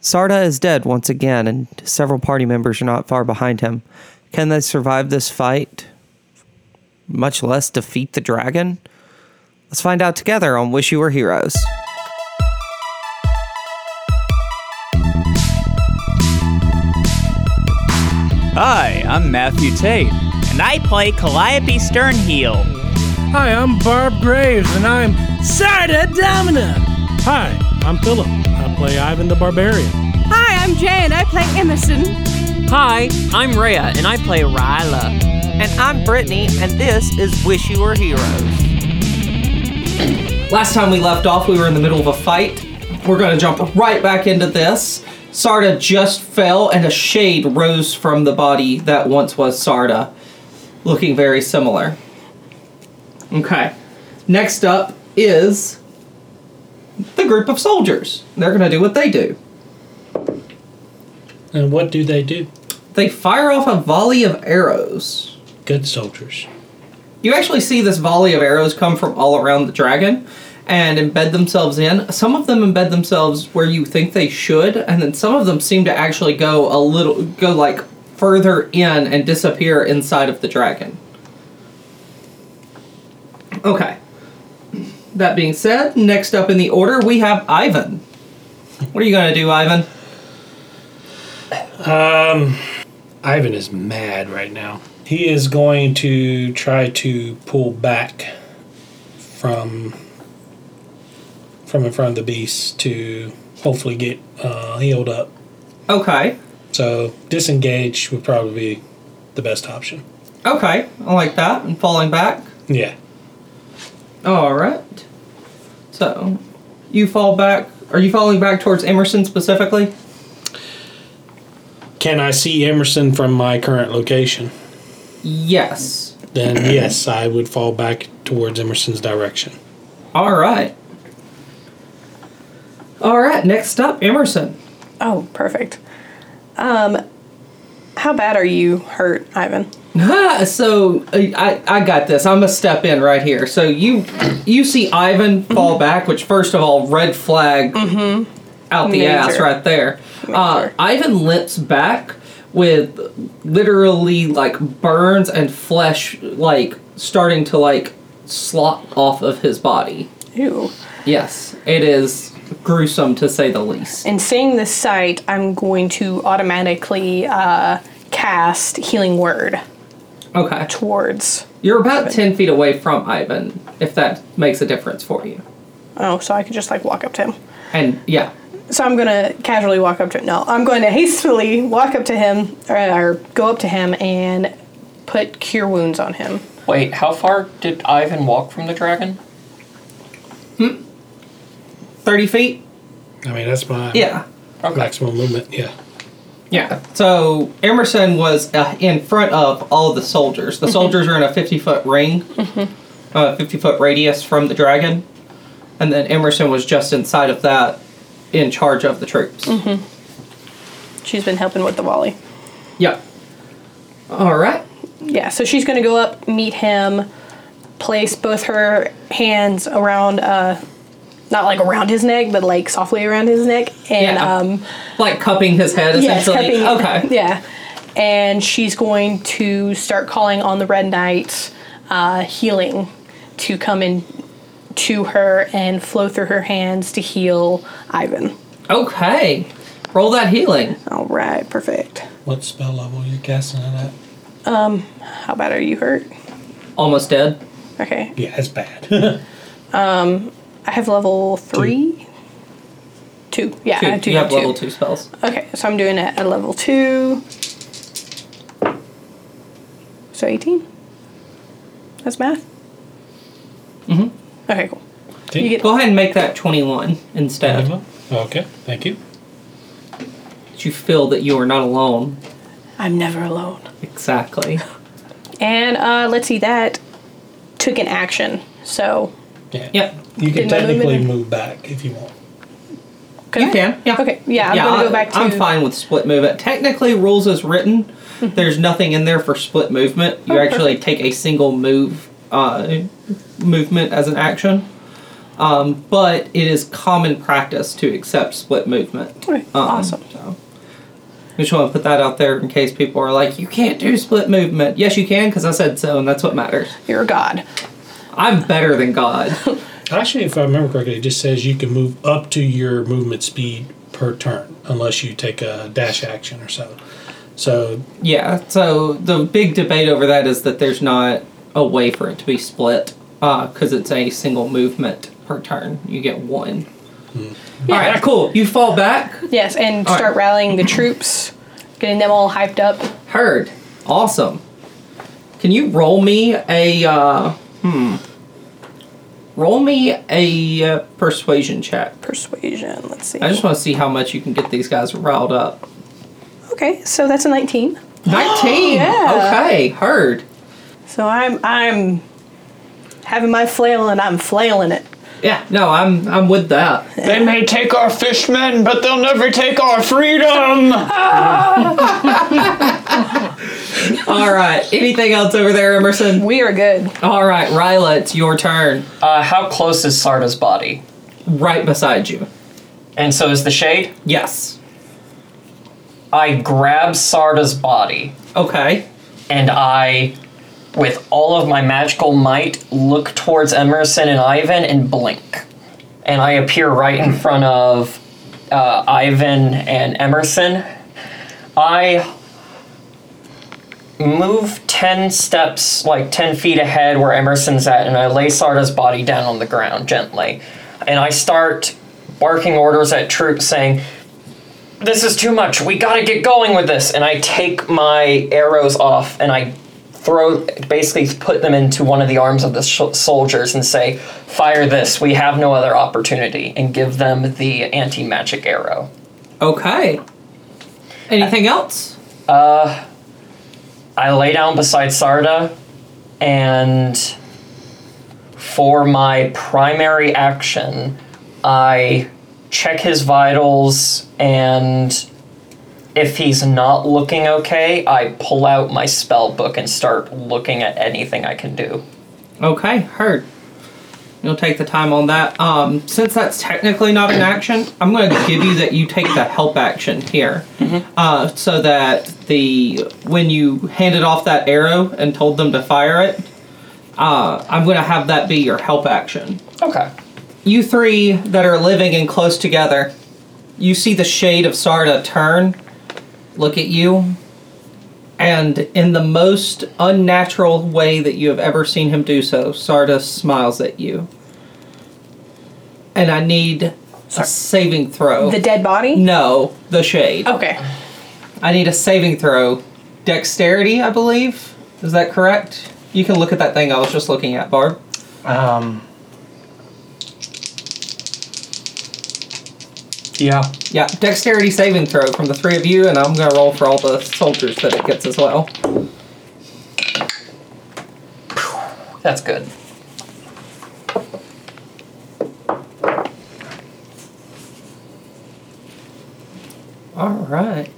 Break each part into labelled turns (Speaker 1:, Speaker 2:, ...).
Speaker 1: Sarda is dead once again, and several party members are not far behind him. Can they survive this fight? Much less defeat the dragon? Let's find out together on Wish You Were Heroes.
Speaker 2: Hi, I'm Matthew Tate.
Speaker 3: And I play Calliope Sternheel.
Speaker 4: Hi, I'm Barb Graves, and I'm Sarda Domina. Hi, I'm Philip. I play Ivan the Barbarian.
Speaker 5: Hi, I'm Jay, and I play Emerson.
Speaker 6: Hi, I'm Rhea, and I play Ryla.
Speaker 7: And I'm Brittany, and this is Wish You Were Heroes.
Speaker 1: Last time we left off, we were in the middle of a fight. We're going to jump right back into this. Sarda just fell, and a shade rose from the body that once was Sarda, looking very similar. Okay. Next up is the group of soldiers. They're going to do what they do.
Speaker 4: And what do they do?
Speaker 1: They fire off a volley of arrows.
Speaker 4: Good soldiers.
Speaker 1: You actually see this volley of arrows come from all around the dragon and embed themselves in. Some of them embed themselves where you think they should, and then some of them seem to actually go a little, go like further in and disappear inside of the dragon. Okay. That being said, next up in the order we have Ivan. What are you gonna do, Ivan?
Speaker 4: Ivan is mad right now. He is going to try to pull back from from in front of the beast to hopefully get uh, healed up.
Speaker 1: Okay.
Speaker 4: So disengage would probably be the best option.
Speaker 1: Okay. I like that. And falling back.
Speaker 4: Yeah.
Speaker 1: All right. So, you fall back. Are you falling back towards Emerson specifically?
Speaker 4: Can I see Emerson from my current location?
Speaker 1: Yes.
Speaker 4: Then yes, I would fall back towards Emerson's direction.
Speaker 1: All right. All right. Next up, Emerson.
Speaker 8: Oh, perfect. Um, how bad are you hurt, Ivan?
Speaker 1: Ah, so uh, I I got this. I'm gonna step in right here. So you you see Ivan
Speaker 8: Mm-hmm.
Speaker 1: fall back, which first of all, red flag out the
Speaker 8: Mm-hmm. Major.
Speaker 1: ass right there. Uh,
Speaker 8: Major.
Speaker 1: Ivan limps back with literally like burns and flesh like starting to like slop off of his body.
Speaker 8: Ew.
Speaker 1: Yes, it is gruesome to say the least.
Speaker 8: And seeing this sight, I'm going to automatically uh, cast Healing Word
Speaker 1: Okay,
Speaker 8: towards.
Speaker 1: you're about ten feet away from Ivan, if that makes a difference for you.
Speaker 8: Oh, so I could just like walk up to him.
Speaker 1: And yeah,
Speaker 8: So I'm gonna casually walk up to him. No, I'm going to hastily walk up to him or, or go up to him and put Cure Wounds on him.
Speaker 9: Wait, how far did Ivan walk from the dragon?
Speaker 1: thirty feet.
Speaker 4: I mean that's my
Speaker 1: Yeah.
Speaker 4: maximum movement. Yeah.
Speaker 1: Yeah. So Emerson was uh, in front of all the soldiers.
Speaker 8: Mm-hmm.
Speaker 1: The soldiers are in a 50 foot ring, uh, 50 foot radius from the dragon. And then Emerson was just inside of that, in charge of the troops.
Speaker 8: Mm-hmm. She's been helping with the volley.
Speaker 1: Yeah. All right.
Speaker 8: Yeah, so she's gonna go up, meet him, place both her hands around, uh, not like around his neck, but like softly around his neck, and
Speaker 1: Yeah.
Speaker 8: um,
Speaker 1: Like cupping his head
Speaker 8: yeah,
Speaker 1: essentially.
Speaker 8: cupping-
Speaker 1: okay.
Speaker 8: yeah, and she's going to start calling on the Red Knight, uh, healing, to come in to her and flow through her hands to heal Ivan.
Speaker 1: Okay. Roll that healing.
Speaker 8: All right, perfect.
Speaker 4: What spell level you casting it at?
Speaker 8: How bad are you hurt?
Speaker 1: Almost dead.
Speaker 8: Okay,
Speaker 4: Yeah, it's bad.
Speaker 8: I have level three. Two. Yeah, I do
Speaker 1: you have
Speaker 8: have Uh, two.
Speaker 1: level two spells.
Speaker 8: Okay, so I'm doing it at level two. So 18? That's math? Mm-hmm.
Speaker 1: Mm-hmm.
Speaker 8: Okay, cool. You get-
Speaker 1: Go ahead and make that 21 instead.
Speaker 4: okay, thank you.
Speaker 1: You feel that you are not alone.
Speaker 8: I'm never alone.
Speaker 1: Exactly.
Speaker 8: And uh, let's see, that took an action. So,
Speaker 4: Yeah.
Speaker 1: Yep.
Speaker 4: You can
Speaker 8: Did my movement
Speaker 4: technically
Speaker 8: end?
Speaker 4: move back if you want.
Speaker 1: You
Speaker 8: I?
Speaker 1: can, yeah.
Speaker 8: Okay, yeah, I'm gonna go
Speaker 1: I-
Speaker 8: back to-
Speaker 1: I'm fine with split movement. Technically, rules is written. There's nothing in there for split movement. You
Speaker 8: Oh,
Speaker 1: actually take a single move, uh, movement as an action.
Speaker 10: um, but it is common practice to accept split movement.
Speaker 8: Okay,
Speaker 1: Uh-uh.
Speaker 10: Um,
Speaker 8: awesome.
Speaker 10: So. Just want to put that out there in case people are like, you can't do split movement. Yes, you can, because I said so, and that's what matters.
Speaker 8: You're a god.
Speaker 10: I'm better than God.
Speaker 4: Actually, if I remember correctly, it just says you can move up to your movement speed per turn unless you take a dash action or so. So
Speaker 10: Yeah, so the big debate over that is that there's not a way for it to be split because it's a single movement per turn. You get one. All right, cool. You fall back.
Speaker 8: Yes, and
Speaker 10: All
Speaker 8: start
Speaker 10: right.
Speaker 8: rallying the troops, getting them all hyped up.
Speaker 10: Heard. Awesome. Can you roll me a uh, hmm? Roll me a uh, persuasion check.
Speaker 8: Persuasion. Let's see.
Speaker 10: I just want to see how much you can get these guys riled up.
Speaker 8: Okay, so that's a 19.
Speaker 10: Nineteen.
Speaker 8: Yeah.
Speaker 10: Okay. Heard.
Speaker 8: So I'm I'm having my flail and I'm flailing it.
Speaker 10: Yeah. No, I'm I'm with that.
Speaker 9: They may take our fishmen, but they'll never take our freedom.
Speaker 10: All right. Anything else over there, Emerson?
Speaker 8: We are good.
Speaker 10: All right, Ryla, it's your turn.
Speaker 9: Uh, how close is Sarda's body?
Speaker 10: Right beside you.
Speaker 9: And so is the shade.
Speaker 10: Yes.
Speaker 9: I grab Sarda's body
Speaker 10: Okay.
Speaker 9: and I, with all of my magical might, look towards Emerson and Ivan and blink. And I appear right in front of uh, Ivan and Emerson. I move 10 steps, like 10 feet ahead where Emerson's at, and I lay Sarda's body down on the ground gently. And I start barking orders at troops saying, this is too much. We gotta get going with this. And I take my arrows off and I throw, basically put them into one of the arms of the sh- soldiers and say, fire this. We have no other opportunity. And give them the anti magic arrow.
Speaker 10: Okay. Anything else?
Speaker 9: I lay down beside Sarda and for my primary action, I check his vitals and if he's not looking okay, I pull out my spell book and start looking at anything I can do.
Speaker 10: Okay, heard. You'll take the time on that. Um, since that's technically not an action, I'm going to give you that you take the help action here, uh, so that the when you handed off that arrow and told them to fire it, uh, I'm going to have that be your help action.
Speaker 9: Okay.
Speaker 10: you three that are living and close together, you see the shade of Sarda turn, look at you, and in the most unnatural way that you have ever seen him do so, Sarda smiles at you. And I need a saving throw.
Speaker 8: The dead body?
Speaker 10: no, the shade.
Speaker 8: Okay.
Speaker 10: I need a saving throw. Dexterity, I believe. Is that correct? You can look at that thing I was just looking at, Barb.
Speaker 9: Um. Yeah.
Speaker 10: Yeah, dexterity saving throw from the three of you, and I'm gonna roll for all the soldiers that it gets as well.
Speaker 9: That's good.
Speaker 10: All right,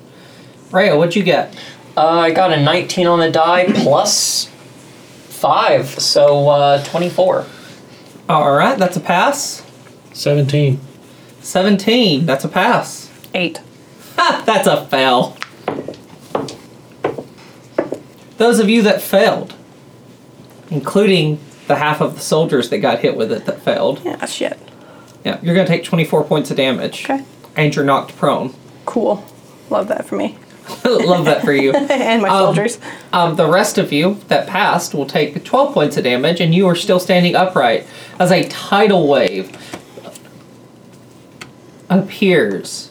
Speaker 10: Raya, what'd you get?
Speaker 9: Uh, I got a 19 on the die plus 5, so uh, 24.
Speaker 10: All right, that's a pass.
Speaker 4: 17.
Speaker 10: Seventeen, that's a pass.
Speaker 8: Eight.
Speaker 10: Ha, that's a fail. Those of you that failed, including the half of the soldiers that got hit with it that failed,
Speaker 8: Yeah, shit.
Speaker 10: yeah, you're gonna take 24 points of damage,
Speaker 8: Okay.
Speaker 10: and you're knocked prone.
Speaker 8: Cool. Love that for me.
Speaker 10: Love that for you.
Speaker 8: And my
Speaker 10: Um,
Speaker 8: soldiers.
Speaker 10: Um, the rest of you that passed will take 12 points of damage, and you are still standing upright as a tidal wave appears,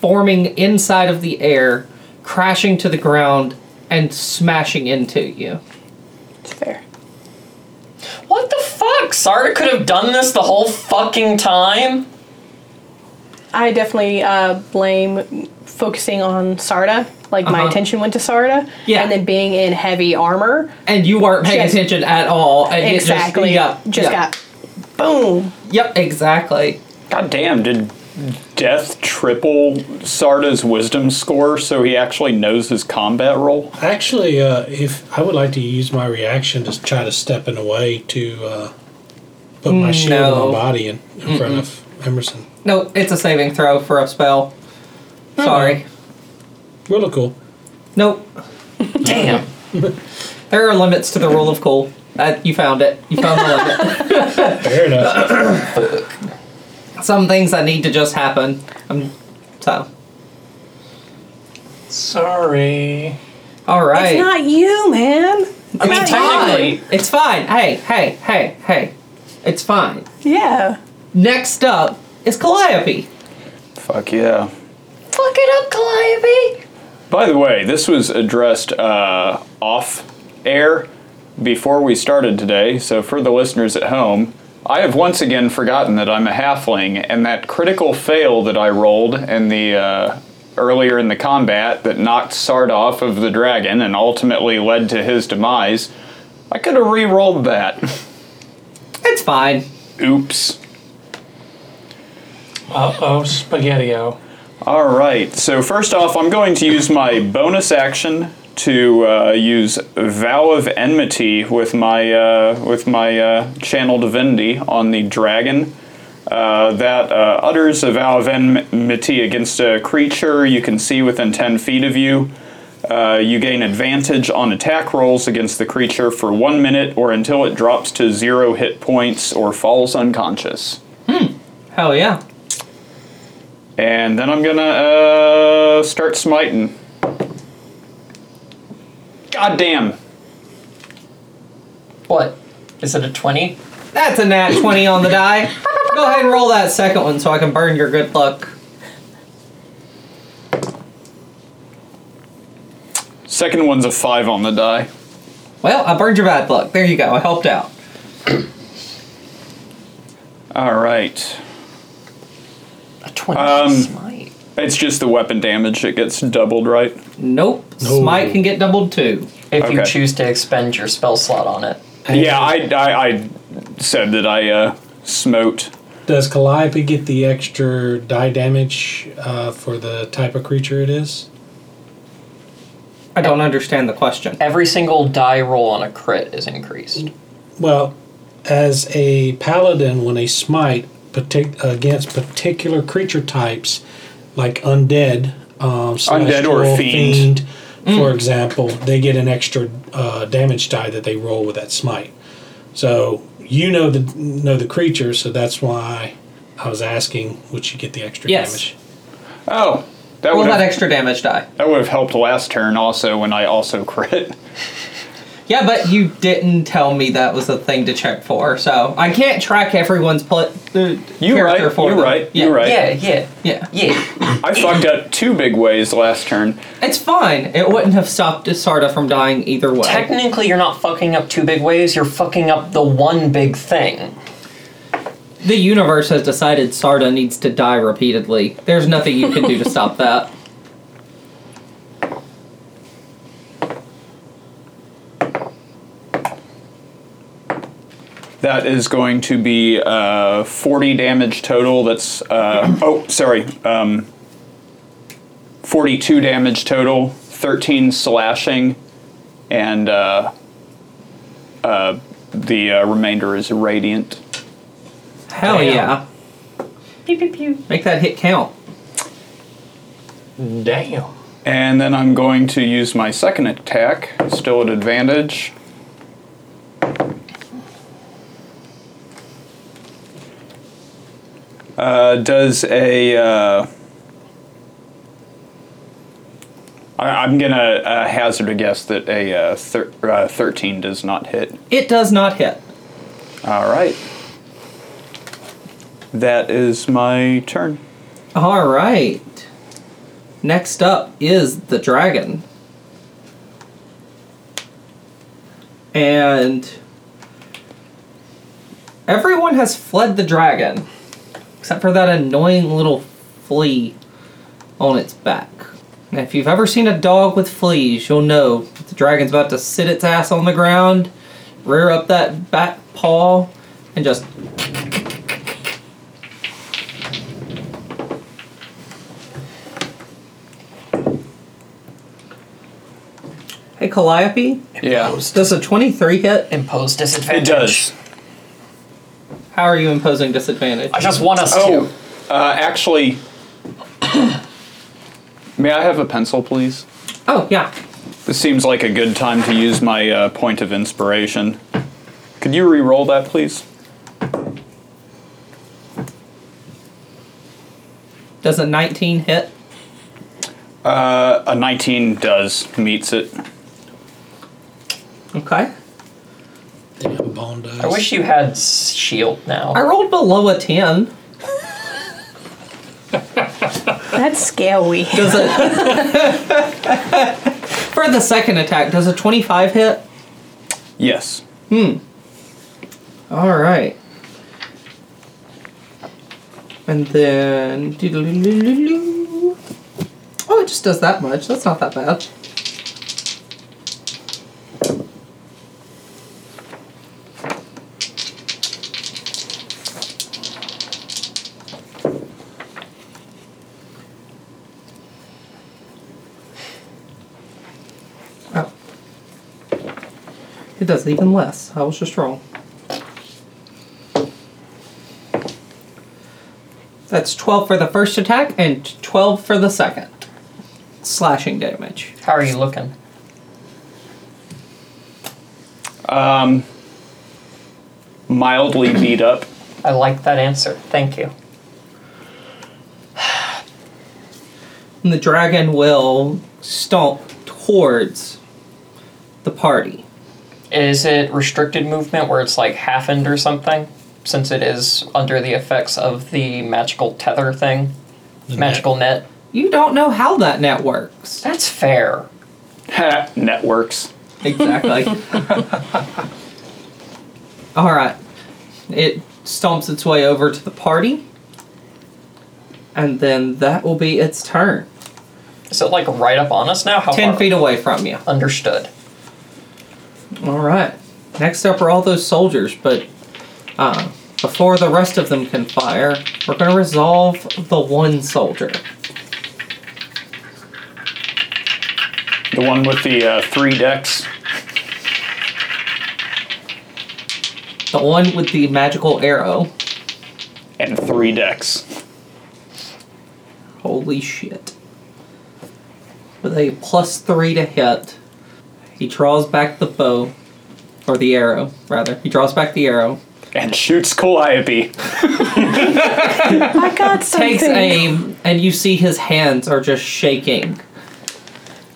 Speaker 10: forming inside of the air, crashing to the ground, and smashing into you.
Speaker 8: It's fair.
Speaker 9: What the fuck? Sarda could have done this the whole fucking time?
Speaker 8: I definitely uh, blame focusing on Sarda. Like my
Speaker 10: Uh-huh.
Speaker 8: attention went to Sarda.
Speaker 10: Yeah.
Speaker 8: And then being in heavy armor.
Speaker 10: And you weren't paying
Speaker 8: Just-
Speaker 10: attention at all. And it
Speaker 8: exactly.
Speaker 10: Just, yeah,
Speaker 8: Just
Speaker 10: yeah.
Speaker 8: got boom.
Speaker 10: Yep, exactly.
Speaker 11: God damn, did Death triple Sarda's wisdom score so he actually knows his combat roll?
Speaker 4: Actually, uh, if I would like to use my reaction to try to step in a way to uh, put my shield
Speaker 1: No.
Speaker 4: and my body in, in front of Emerson.
Speaker 1: No, it's a saving throw for a spell. Sorry.
Speaker 4: Really cool.
Speaker 1: Nope.
Speaker 9: Damn.
Speaker 1: There are limits to the rule of cool. Uh, you found it. You found the limit.
Speaker 4: Fair enough.
Speaker 1: Some things that need to just happen. Um, so,
Speaker 2: Sorry.
Speaker 1: all right.
Speaker 8: It's not you, man.
Speaker 9: I mean,
Speaker 1: It's fine.
Speaker 9: technically,
Speaker 1: It's fine. Hey, hey, hey, hey. It's fine.
Speaker 8: Yeah.
Speaker 1: Next up is Calliope.
Speaker 2: Fuck yeah.
Speaker 9: fuck it up, Calliope.
Speaker 2: By the way, this was addressed uh, off air before we started today, so for the listeners at home, I have once again forgotten that I'm a halfling, and that critical fail that I rolled in the uh, earlier in the combat that knocked Sard off of the dragon and ultimately led to his demise. I could have re-rolled that.
Speaker 1: It's fine.
Speaker 2: Oops.
Speaker 12: Uh oh, spaghetti-o.
Speaker 2: All right. So first off, I'm going to use my bonus action to uh, use vow of enmity with my uh, with my uh, channel divinity on the dragon. Uh, that uh, utters a vow of enmity against a creature you can see within 10 feet of you. Uh, you gain advantage on attack rolls against the creature for one minute or until it drops to zero hit points or falls unconscious.
Speaker 1: Hell yeah.
Speaker 2: And then I'm gonna uh, start smiting. God damn.
Speaker 9: What? Is it a 20?
Speaker 1: That's a nat 20 on the die. Go ahead and roll that second one so I can burn your good luck.
Speaker 2: Second one's a five on the die.
Speaker 1: Well, Oh, I burned your bad luck. There you go. I helped out.
Speaker 2: All right.
Speaker 9: A 20
Speaker 2: Um,
Speaker 9: smite.
Speaker 2: It's just the weapon damage. It gets doubled, right?
Speaker 1: Nope.
Speaker 4: No.
Speaker 1: Smite can get doubled too.
Speaker 9: If you
Speaker 2: okay.
Speaker 9: choose to expend your spell slot on it.
Speaker 2: Yeah, I, I, I said that I uh, smote.
Speaker 4: Does Calliope get the extra die damage uh, for the type of creature it is?
Speaker 1: I don't understand the question.
Speaker 9: Every single die roll on a crit is increased.
Speaker 4: Well, as a paladin, when a smite partic- against particular creature types, like undead, um, slash
Speaker 2: Undead or
Speaker 4: troll,
Speaker 2: fiend.
Speaker 9: Mm.
Speaker 4: for example, they get an extra uh, damage die that they roll with that smite. So you know the know the creature, so that's why I was asking, would you get the extra
Speaker 1: Yes.
Speaker 4: damage?
Speaker 2: Oh, that
Speaker 1: Roll
Speaker 2: would
Speaker 1: that
Speaker 2: have,
Speaker 1: extra damage die.
Speaker 2: that would have helped last turn also when I also crit.
Speaker 1: Yeah, but you didn't tell me that was a thing to check for, so I can't track everyone's pl- uh,
Speaker 2: You right.
Speaker 1: character
Speaker 2: You
Speaker 1: for them.
Speaker 2: right.
Speaker 1: Yeah.
Speaker 2: You right.
Speaker 9: Yeah, yeah,
Speaker 1: Yeah.
Speaker 9: yeah.
Speaker 2: I fucked up two big ways last turn.
Speaker 1: It's fine. It wouldn't have stopped Sarda from dying either way.
Speaker 9: Technically, you're not fucking up two big ways, you're fucking up the one big thing.
Speaker 1: the universe has decided Sarda needs to die repeatedly. There's nothing you can do to stop that.
Speaker 2: That is going to be uh, 40 damage total. That's, uh, oh, sorry, um, 42 damage total, 13 slashing, and uh, uh, the uh, remainder is radiant.
Speaker 1: Hell yeah. Make that hit count.
Speaker 12: Damn.
Speaker 2: And then I'm going to use my second attack, still at advantage. Uh, does a. Uh, I, I'm going to uh, hazard a guess that a uh, thir- uh, 13 does not hit.
Speaker 1: It does not hit.
Speaker 2: All right. That is my turn.
Speaker 1: All right. Next up is the dragon. And everyone has fled the dragon, except for that annoying little flea on its back. Now, if you've ever seen a dog with fleas, you'll know the dragon's about to sit its ass on the ground, rear up that back paw, and just hey Calliope.
Speaker 2: Yeah.
Speaker 1: Does a 23 hit?
Speaker 9: Impose disadvantage.
Speaker 2: It does.
Speaker 1: How are you imposing disadvantage?
Speaker 9: I just want us
Speaker 2: oh, Uh, actually, may I have a pencil, please?
Speaker 1: Oh, yeah.
Speaker 2: This seems like a good time to use my uh, point of inspiration. Could you re-roll that, please?
Speaker 1: Does a 19 hit?
Speaker 2: Uh, a 19 does meets it.
Speaker 1: Okay.
Speaker 9: I wish you had s- shield now.
Speaker 1: I rolled below a 10.
Speaker 8: That's scary.
Speaker 1: Does it? For the second attack, does a 25 hit?
Speaker 2: Yes.
Speaker 1: Hmm. All right. And then. doodle-doo-doo-doo-doo. Oh, it just does that much. That's not that bad. Oh. It does even less. I was just wrong. That's 12 for the first attack and 12 for the second. Slashing damage.
Speaker 9: How are you looking?
Speaker 2: Um, mildly beat up.
Speaker 9: I like that answer. Thank you.
Speaker 1: And the dragon will stomp towards the party.
Speaker 9: Is it restricted movement where it's like halfened or something? Since it is under the effects of the magical tether thing, magical net.
Speaker 1: You don't know how that net works.
Speaker 9: That's fair.
Speaker 2: Networks.
Speaker 1: Exactly. All right. It stomps its way over to the party. And then that will be its turn.
Speaker 9: Is it like right up on us now? How
Speaker 1: 10
Speaker 9: far?
Speaker 1: feet away from you.
Speaker 9: Understood.
Speaker 1: All right. Next up are all those soldiers, but uh, before the rest of them can fire, we're going to resolve the one soldier.
Speaker 2: The one with the uh, three decks.
Speaker 1: The one with the magical arrow.
Speaker 2: And three decks.
Speaker 1: Holy shit. With a plus three to hit, he draws back the bow, or the arrow, rather. He draws back the arrow.
Speaker 2: And shoots Calliope.
Speaker 8: I got
Speaker 1: Takes aim, and you see his hands are just shaking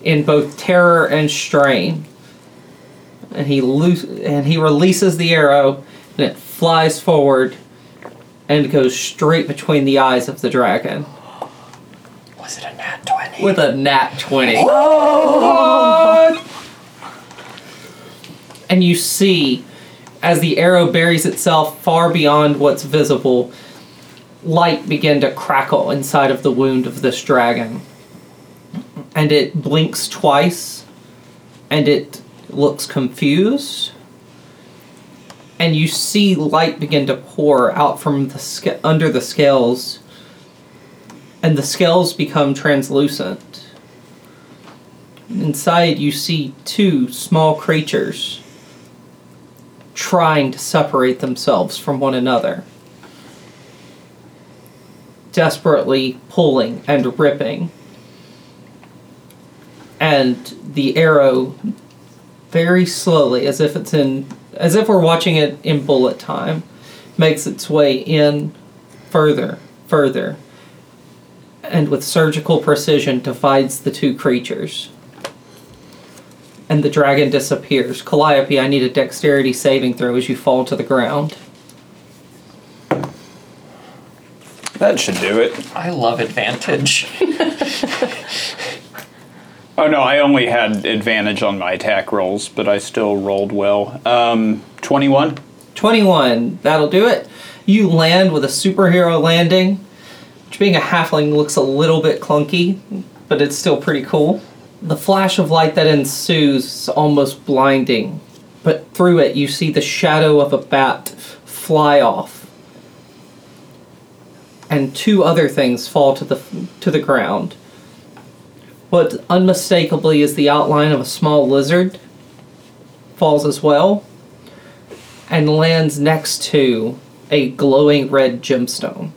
Speaker 1: in both terror and strain. And he loose and he releases the arrow, and it flies forward, and goes straight between the eyes of the dragon.
Speaker 9: Was it a nat twenty?
Speaker 1: With a nat twenty. and you see as the arrow buries itself far beyond what's visible light begin to crackle inside of the wound of this dragon and it blinks twice and it looks confused and you see light begin to pour out from the sca- under the scales and the scales become translucent Inside, you see two small creatures trying to separate themselves from one another, desperately pulling and ripping. And the arrow, very slowly, as if it's in, as if we're watching it in bullet time, makes its way in further, further, and with surgical precision divides the two creatures and the dragon disappears. Calliope, I need a dexterity saving throw as you fall to the ground.
Speaker 2: That should do it.
Speaker 9: I love advantage.
Speaker 2: Oh no, I only had advantage on my attack rolls, but I still rolled well. Um, 21.
Speaker 1: 21, that'll do it. You land with a superhero landing, which being a halfling looks a little bit clunky, but it's still pretty cool. The flash of light that ensues is almost blinding, but through it you see the shadow of a bat fly off. And two other things fall to the to the ground. What unmistakably is the outline of a small lizard falls as well and lands next to a glowing red gemstone.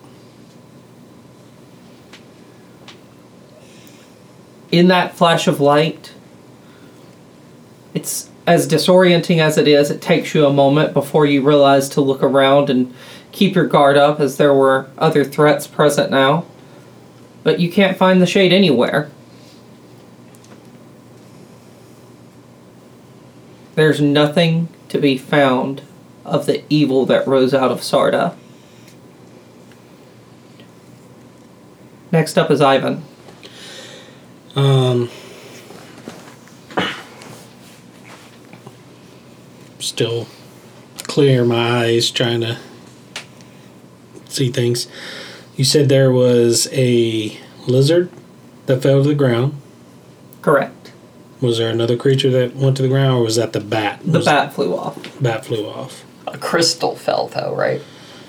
Speaker 1: In that flash of light, it's as disorienting as it is, it takes you a moment before you realize to look around and keep your guard up as there were other threats present now. But you can't find the shade anywhere. There's nothing to be found of the evil that rose out of Sarda. Next up is Ivan.
Speaker 4: Um, still clear my eyes, trying to see things. You said there was a lizard that fell to the ground.
Speaker 1: Correct.
Speaker 4: Was there another creature that went to the ground, or was that the bat?
Speaker 1: The
Speaker 4: Was-
Speaker 1: bat flew off.
Speaker 4: Bat flew off.
Speaker 9: A crystal fell, though, right?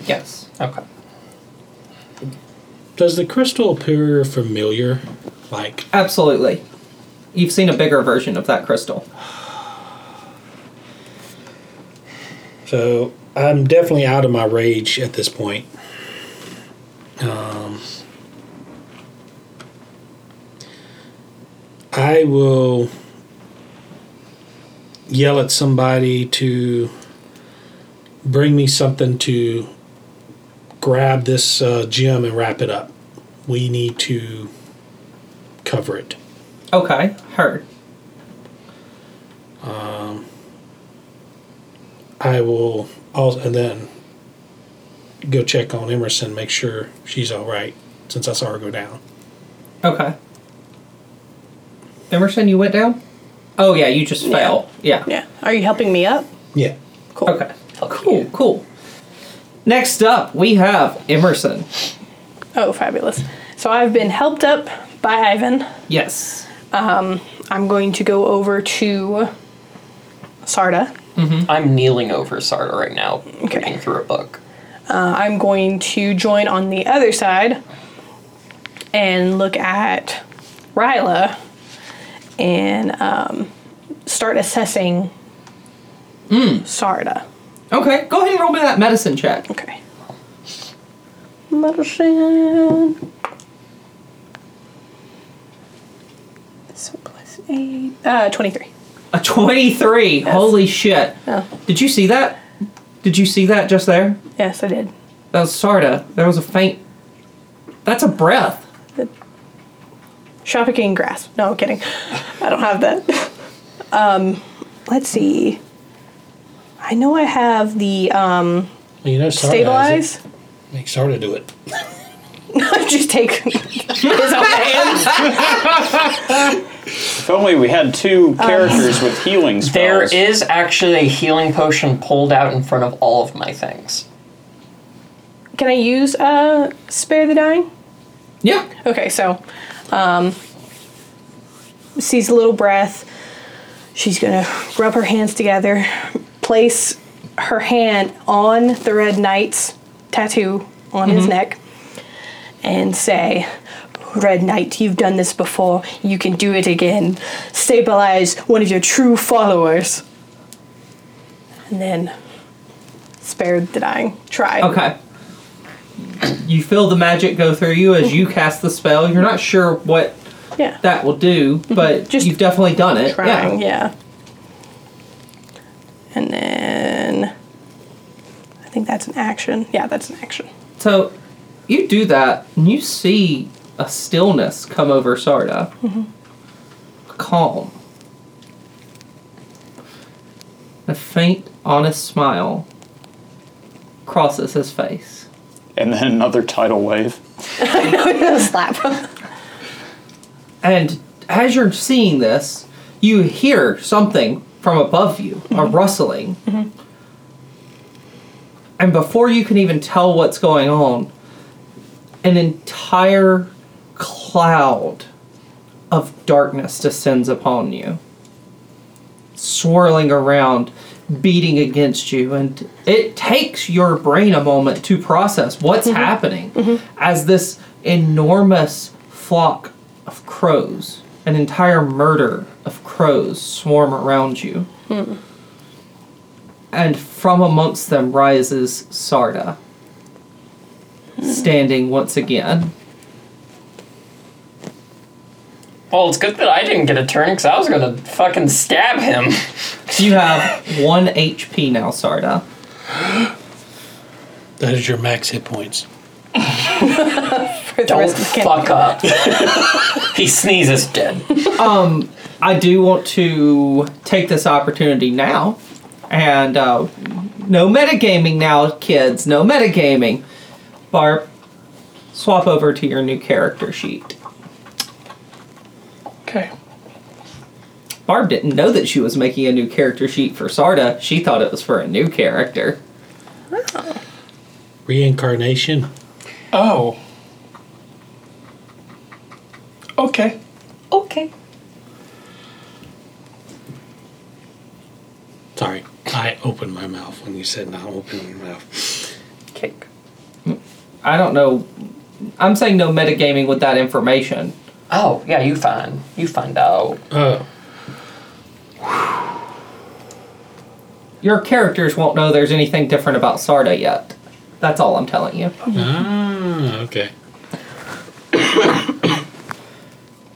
Speaker 1: Yes.
Speaker 9: Okay.
Speaker 4: Does the crystal appear familiar? Like,
Speaker 1: Absolutely. You've seen a bigger version of that crystal.
Speaker 4: so I'm definitely out of my rage at this point. Um, I will yell at somebody to bring me something to grab this uh, gem and wrap it up. We need to cover it.
Speaker 1: Okay, heard.
Speaker 4: Um, I will also, and then go check on Emerson, make sure she's all right, since I saw her go down.
Speaker 1: Okay. Emerson, you went down? Oh, yeah, you just fell. Yeah.
Speaker 8: Yeah. Are you helping me up?
Speaker 4: Yeah.
Speaker 1: Okay. Cool, cool. Next up, we have Emerson.
Speaker 8: Oh, fabulous. So I've been helped up by Ivan.
Speaker 1: Yes.
Speaker 8: Um, I'm going to go over to Sarda.
Speaker 9: I'm kneeling over Sarda right now, reading through a book.
Speaker 8: Uh, I'm going to join on the other side and look at Ryla and um, start assessing Sarda.
Speaker 1: Okay, go ahead and roll me that medicine check.
Speaker 8: Okay. Medicine. So plus eight. Uh, 23.
Speaker 1: A 23. Holy shit.
Speaker 8: Oh,
Speaker 1: Did you see that? Did you see that just there?
Speaker 8: yes, I did.
Speaker 1: That was Sarda. There was a faint. That's a breath.
Speaker 8: Trafficking grass. No, I'm kidding. I don't have that. um, let's see. I know I have the um,
Speaker 4: Well, you know, Sarda has
Speaker 8: stabilize.
Speaker 4: it. Make Sarda do it.
Speaker 8: Just take his own hand.
Speaker 2: If only we had two characters with healing spells.
Speaker 9: There is actually a healing potion pulled out in front of all of my things.
Speaker 8: Can I use uh, spare the dying?
Speaker 1: Yeah.
Speaker 8: Okay, so um, sees a little breath. She's gonna rub her hands together, place her hand on the Red Knight's tattoo on his
Speaker 1: Mm-hmm.
Speaker 10: Mhm.
Speaker 8: neck, and say, Red Knight, you've done this before. You can do it again. Stabilize one of your true followers. And then spare the dying. Try.
Speaker 1: Okay. You feel the magic go through you as you cast the spell. You're not sure what
Speaker 8: Yeah.
Speaker 1: that will do, but you've definitely done it.
Speaker 8: Trying,
Speaker 1: yeah.
Speaker 8: yeah. And then I think that's an action. Yeah, that's an action.
Speaker 1: So you do that, and you see a stillness come over Sarda.
Speaker 8: Mhm.
Speaker 1: Calm. A faint, honest smile crosses his face.
Speaker 2: And then another tidal wave.
Speaker 8: I know it's a slap.
Speaker 1: And as you're seeing this, you hear something from above you, a rustling. And before you can even tell what's going on, an entire cloud of darkness descends upon you, swirling around, beating against you. And it takes your brain a moment to process what's happening as this enormous flock of crows, an entire murder of crows, swarm around you. And from amongst them rises Sarda. standing once again.
Speaker 9: Well, it's good that I didn't get a turn because I was gonna fucking stab him.
Speaker 1: You have one HP now, Sarda.
Speaker 4: That is your max hit points.
Speaker 9: Don't fuck up. he sneezes dead.
Speaker 1: um, I do want to take this opportunity now, and uh, no metagaming now, kids. No metagaming. Barb, swap over to your new character sheet.
Speaker 12: Okay.
Speaker 1: Barb didn't know that she was making a new character sheet for Sarda. She thought it was for a new character.
Speaker 4: Reincarnation.
Speaker 12: Oh. Okay.
Speaker 9: Okay.
Speaker 4: Sorry, I opened my mouth when you said not opening my mouth.
Speaker 9: Cake.
Speaker 1: I don't know. I'm saying no metagaming with that information.
Speaker 9: Oh yeah, you find you find out.
Speaker 4: Oh,
Speaker 1: Your characters won't know there's anything different about Sarda yet. That's all I'm telling you.
Speaker 4: ah, okay.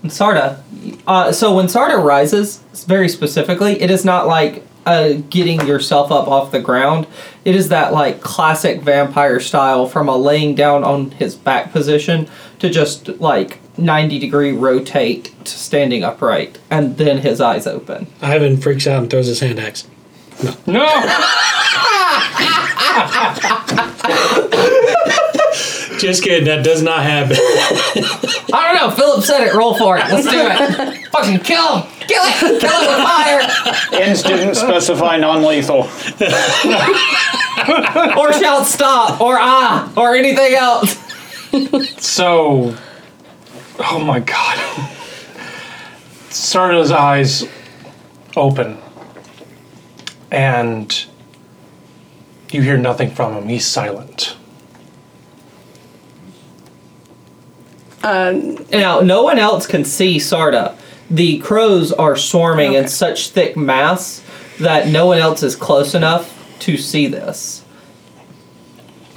Speaker 1: And Sarda. Uh, so when Sarda rises, very specifically, it is not like uh, getting yourself up off the ground. It is that like classic vampire style from a laying down on his back position to just like 90 degree rotate to standing upright, and then his eyes open.
Speaker 4: Ivan freaks out and throws his hand axe.
Speaker 12: No.
Speaker 4: Just kidding, that does not happen.
Speaker 1: I don't know. Philip said it. Roll for it. Let's do it. Fucking kill him. Kill it. Kill him with fire.
Speaker 2: Inns didn't specify non-lethal.
Speaker 1: Or shout stop. Or ah. Or anything else.
Speaker 12: So. Oh my god. Sarda's eyes open. And you hear nothing from him. He's silent.
Speaker 1: Now, no one else can see Sarda. The crows are swarming in such thick mass that no one else is close enough to see this.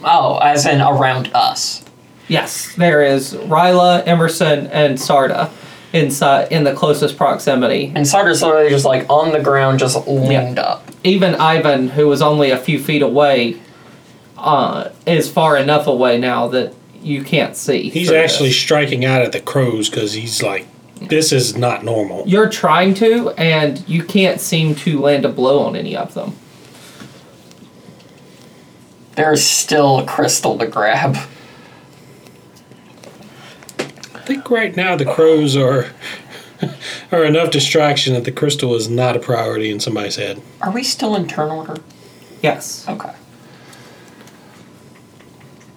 Speaker 9: Oh, as in around us.
Speaker 1: Yes, there is Ryla, Emerson, and Sarda inside in the closest proximity.
Speaker 9: And Sarda's literally just like on the ground, just leaned up.
Speaker 1: Even Ivan, who was only a few feet away, uh, is far enough away now that you can't see.
Speaker 4: He's
Speaker 1: through
Speaker 4: actually
Speaker 1: this.
Speaker 4: striking out at the crows because he's like, this is not normal.
Speaker 1: You're trying to, and you can't seem to land a blow on any of them.
Speaker 9: There's still a crystal to grab.
Speaker 4: I think right now the crows are are enough distraction that the crystal is not a priority in somebody's head.
Speaker 9: Are we still in turn order?
Speaker 1: Yes.
Speaker 9: Okay.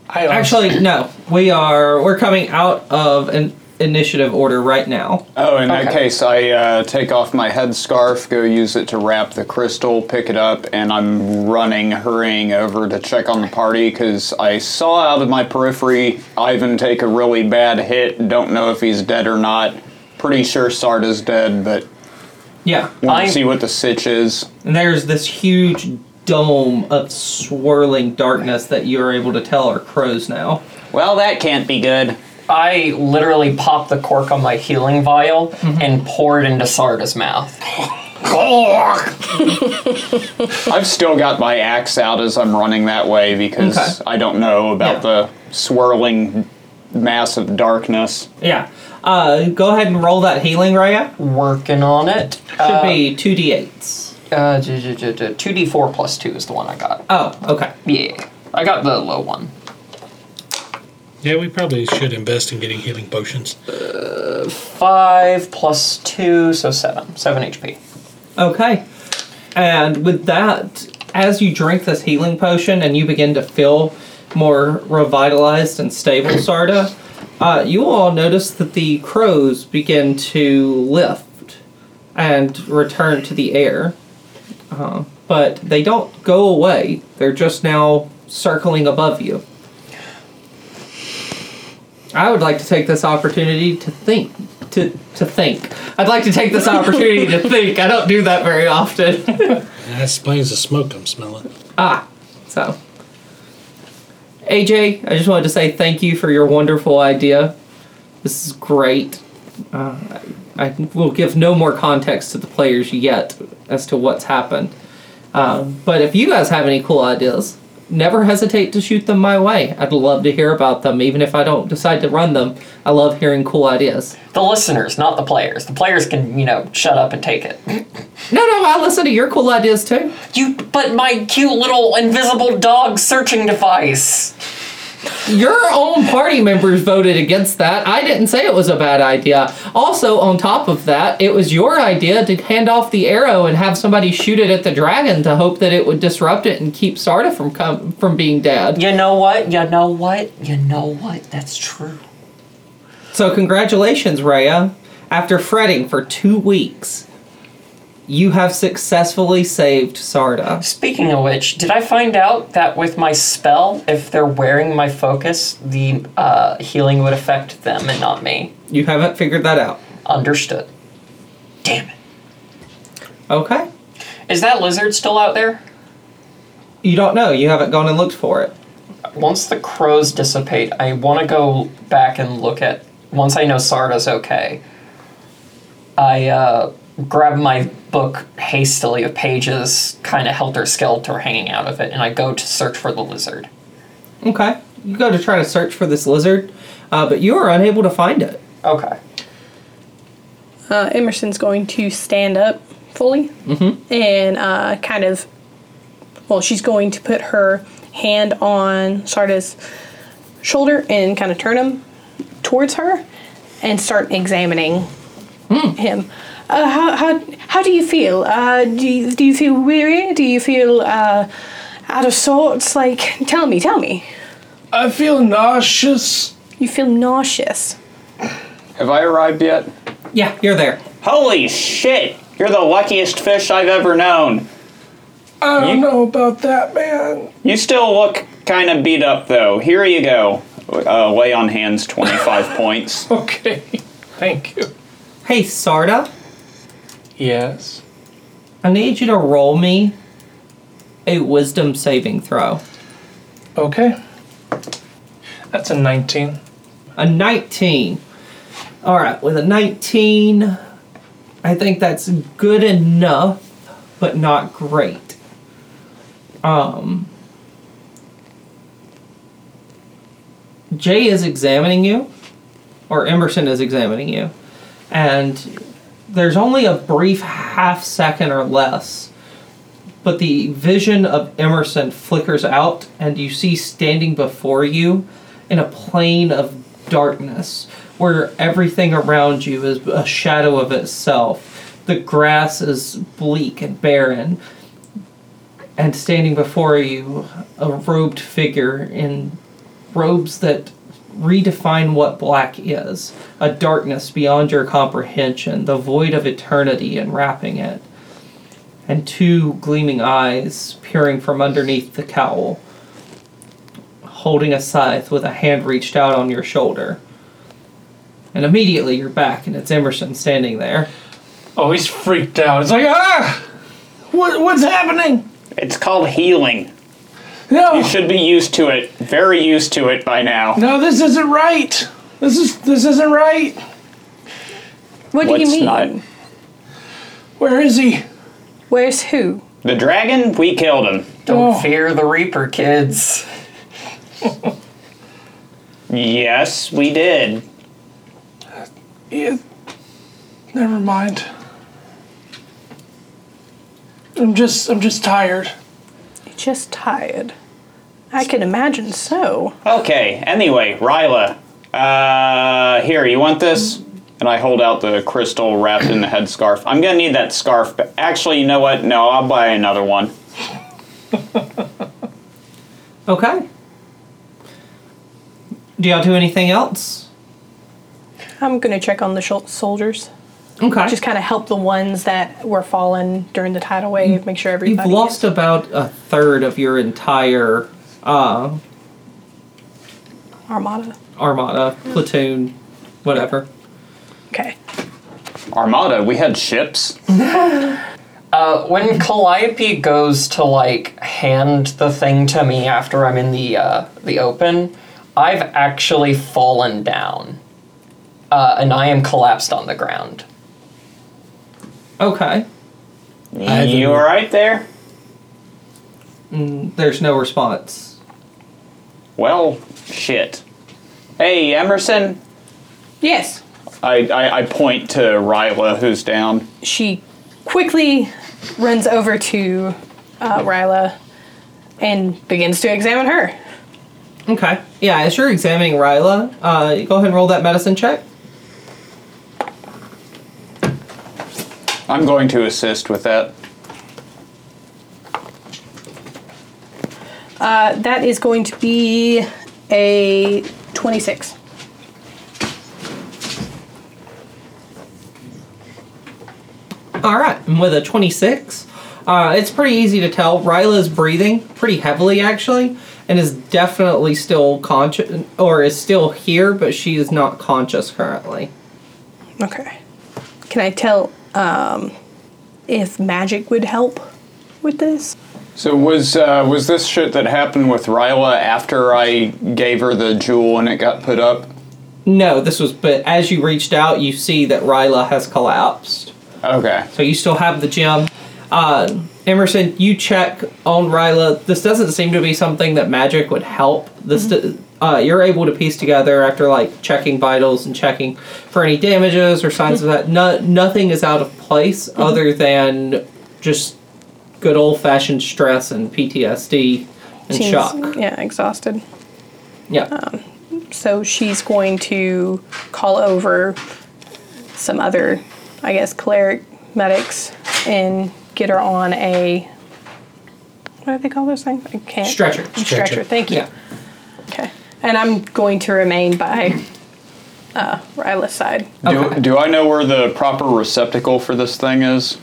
Speaker 12: I
Speaker 1: Actually, no. We are we're coming out of an initiative order right now.
Speaker 2: Oh, in that
Speaker 9: Okay.
Speaker 2: case, I uh, take off my headscarf, go use it to wrap the crystal, pick it up, and I'm running, hurrying over to check on the party because I saw out of my periphery Ivan take a really bad hit. Don't know if he's dead or not. Pretty sure Sarda's dead, but
Speaker 1: Yeah.
Speaker 2: want
Speaker 9: I-
Speaker 2: to see what the sitch is.
Speaker 1: And there's this huge dome of swirling darkness that you're able to tell are crows now.
Speaker 2: Well, that can't be good.
Speaker 9: I literally popped the cork on my healing vial
Speaker 12: Mm-hmm.
Speaker 9: and poured into Sarda's mouth.
Speaker 2: I've still got my axe out as I'm running that way because
Speaker 1: Okay.
Speaker 2: I don't know about
Speaker 1: Yeah.
Speaker 2: the swirling mass of darkness.
Speaker 1: Yeah. Uh, go ahead and roll that healing, Raya. Should
Speaker 9: Working on it. Uh,
Speaker 1: be two d8s.
Speaker 9: uh, j- j- j- j- 2d4 plus 2 is the one I got.
Speaker 1: Oh, okay.
Speaker 9: Yeah. I got the low one.
Speaker 4: Yeah, we probably should invest in getting healing potions.
Speaker 9: 5 plus 2, so 7. 7 HP.
Speaker 1: Okay. And with that, as you drink this healing potion and you begin to feel more revitalized and stable, Sarda, uh, you all notice that the crows begin to lift and return to the air. Uh, but they don't go away, they're just now circling above you. I would like to take this opportunity to think. To, to think. I'd like to take this opportunity to think. I don't do that very often.
Speaker 4: And that explains the smoke I'm smelling.
Speaker 1: ah, so. AJ, I just wanted to say thank you for your wonderful idea. This is great. Uh, I will give no more context to the players yet as to what's happened. Um, but if you guys have any cool ideas, never hesitate to shoot them my way. I'd love to hear about them, even if I don't decide to run them. I love hearing cool ideas.
Speaker 9: The listeners, not the players. The players can, you know, shut up and take it.
Speaker 1: No, no, I listen to your cool ideas too.
Speaker 9: You, but my cute little invisible dog searching device.
Speaker 1: Your own party members voted against that. I didn't say it was a bad idea. Also, on top of that, it was your idea to hand off the arrow and have somebody shoot it at the dragon to hope that it would disrupt it and keep Sarda from com- from being dead.
Speaker 9: You know what? You know what? You know what? That's true.
Speaker 1: So, congratulations, Raya. After fretting for two weeks, you have successfully saved Sarda.
Speaker 9: Speaking of which, did I find out that with my spell, if they're wearing my focus, the uh, healing would affect them and not me?
Speaker 1: You haven't figured that out.
Speaker 9: Understood. Damn it.
Speaker 1: Okay.
Speaker 9: Is that lizard still out there?
Speaker 1: You don't know. You haven't gone and looked for it.
Speaker 9: Once the crows dissipate, I want to go back and look at. Once I know Sarda's okay, I uh, grab my book hastily of pages, kind of helter skelter hanging out of it, and I go to search for the lizard.
Speaker 1: Okay. You go to try to search for this lizard, uh, but you are unable to find it.
Speaker 9: Okay.
Speaker 8: Uh, Emerson's going to stand up fully
Speaker 1: Mm-hmm.
Speaker 8: and uh, kind of, well, she's going to put her hand on Sarda's shoulder and kind of turn him towards her and start examining
Speaker 10: Hmm.
Speaker 8: him. Uh, how, how, how do you feel? Uh, do, you, do you feel weary? Do you feel uh, out of sorts? Like, tell me, tell me.
Speaker 12: I feel nauseous.
Speaker 8: You feel nauseous.
Speaker 2: Have I arrived yet?
Speaker 1: Yeah, you're there.
Speaker 10: Holy shit! You're the luckiest fish I've ever known.
Speaker 12: I don't know about that, man.
Speaker 2: You still look kind of beat up, though. Here you go. Uh, lay on hands, 25 points.
Speaker 12: Okay. Thank you.
Speaker 1: Hey, Sarda,
Speaker 12: Yes.
Speaker 1: I need you to roll me a wisdom saving throw.
Speaker 12: Okay. That's a 19.
Speaker 1: A 19. All right, with a 19, I think that's good enough, but not great. Um, Jay is examining you, or Emerson is examining you, and there's only a brief half second or less but the vision of Emerson flickers out, and you see standing before you in a plane of darkness where everything around you is a shadow of itself. The grass is bleak and barren, and standing before you, a robed figure in robes that redefine what black is a darkness beyond your comprehension, the void of eternity enwrapping it and two gleaming eyes peering from underneath the cowl, holding a scythe with a hand reached out on your shoulder. And immediately you're back, and it's Emerson standing there.
Speaker 12: Oh, he's freaked out. It's like, ah! What, what's happening?
Speaker 10: It's called healing.
Speaker 12: No.
Speaker 10: You should be used to it. Very used to it by now.
Speaker 12: No, this isn't right. This is this isn't right.
Speaker 8: What do you
Speaker 10: What's
Speaker 8: mean?
Speaker 10: not?
Speaker 12: Where is he?
Speaker 8: Where's who?
Speaker 10: The dragon, we killed him.
Speaker 9: Don't
Speaker 12: Oh.
Speaker 9: fear the Reaper, kids.
Speaker 10: Yes, we did.
Speaker 12: Yeah. Never mind. I'm just I'm just tired.
Speaker 8: Just tired. I can imagine so.
Speaker 10: Okay, anyway, Ryla. Uh, here, you want this?
Speaker 2: And I hold out the crystal wrapped in the headscarf. I'm gonna need that scarf, but actually, you know what? No, I'll buy another one.
Speaker 1: Okay. Do y'all do anything else?
Speaker 8: I'm gonna check on the shol- soldiers.
Speaker 1: Okay.
Speaker 8: Just kind of help the ones that were fallen during the tidal wave. Make sure
Speaker 1: You've
Speaker 8: everybody.
Speaker 1: lost about a third of your entire uh,
Speaker 8: Armada.
Speaker 1: armada, platoon, whatever.
Speaker 8: Okay.
Speaker 2: Armada, we had ships.
Speaker 9: Uh, when Calliope goes to like hand the thing to me after I'm in the uh, the open, I've actually fallen down, uh, and I am collapsed on the ground.
Speaker 1: Okay.
Speaker 10: You all right there?
Speaker 1: Mm, there's no response.
Speaker 10: Well, shit. Hey, Emerson.
Speaker 8: Yes.
Speaker 2: I, I, I point to Ryla, who's down.
Speaker 8: She quickly runs over to uh, Ryla and begins to examine her.
Speaker 1: Okay. Yeah, as you're examining Ryla, uh, go ahead and roll that medicine check.
Speaker 2: I'm going to assist with that.
Speaker 8: Uh, that is going to be a 26.
Speaker 1: All right, and with a 26, uh, it's pretty easy to tell. Ryla's breathing pretty heavily, actually, and is definitely still conscious, or is still here, but she is not conscious currently.
Speaker 8: Okay. Can I tell um, if magic would help with this?
Speaker 2: So was uh, was this shit that happened with Ryla after I gave her the jewel and it got put up?
Speaker 1: No, this was, but as you reached out, you see that Ryla has collapsed.
Speaker 2: Okay.
Speaker 1: So you still have the gem. Uh, Emerson, you check on Ryla. This doesn't seem to be something that magic would help. This d- uh, you're able to piece together after like checking vitals and checking for any damages or signs of that. No, nothing is out of place other than just good old fashioned stress and PTSD and
Speaker 8: Seems-
Speaker 1: shock.
Speaker 8: Yeah, exhausted.
Speaker 1: Yeah.
Speaker 8: So she's going to call over some other, I guess, cleric medics and get her on a. What do they call those things? I can't.
Speaker 1: Stretcher.
Speaker 8: Stretcher.
Speaker 1: Stretcher.
Speaker 8: Thank you.
Speaker 1: Yeah.
Speaker 8: Okay. And I'm going to remain by uh, Ryla's side.
Speaker 2: Do, do I know where the proper receptacle for this thing is?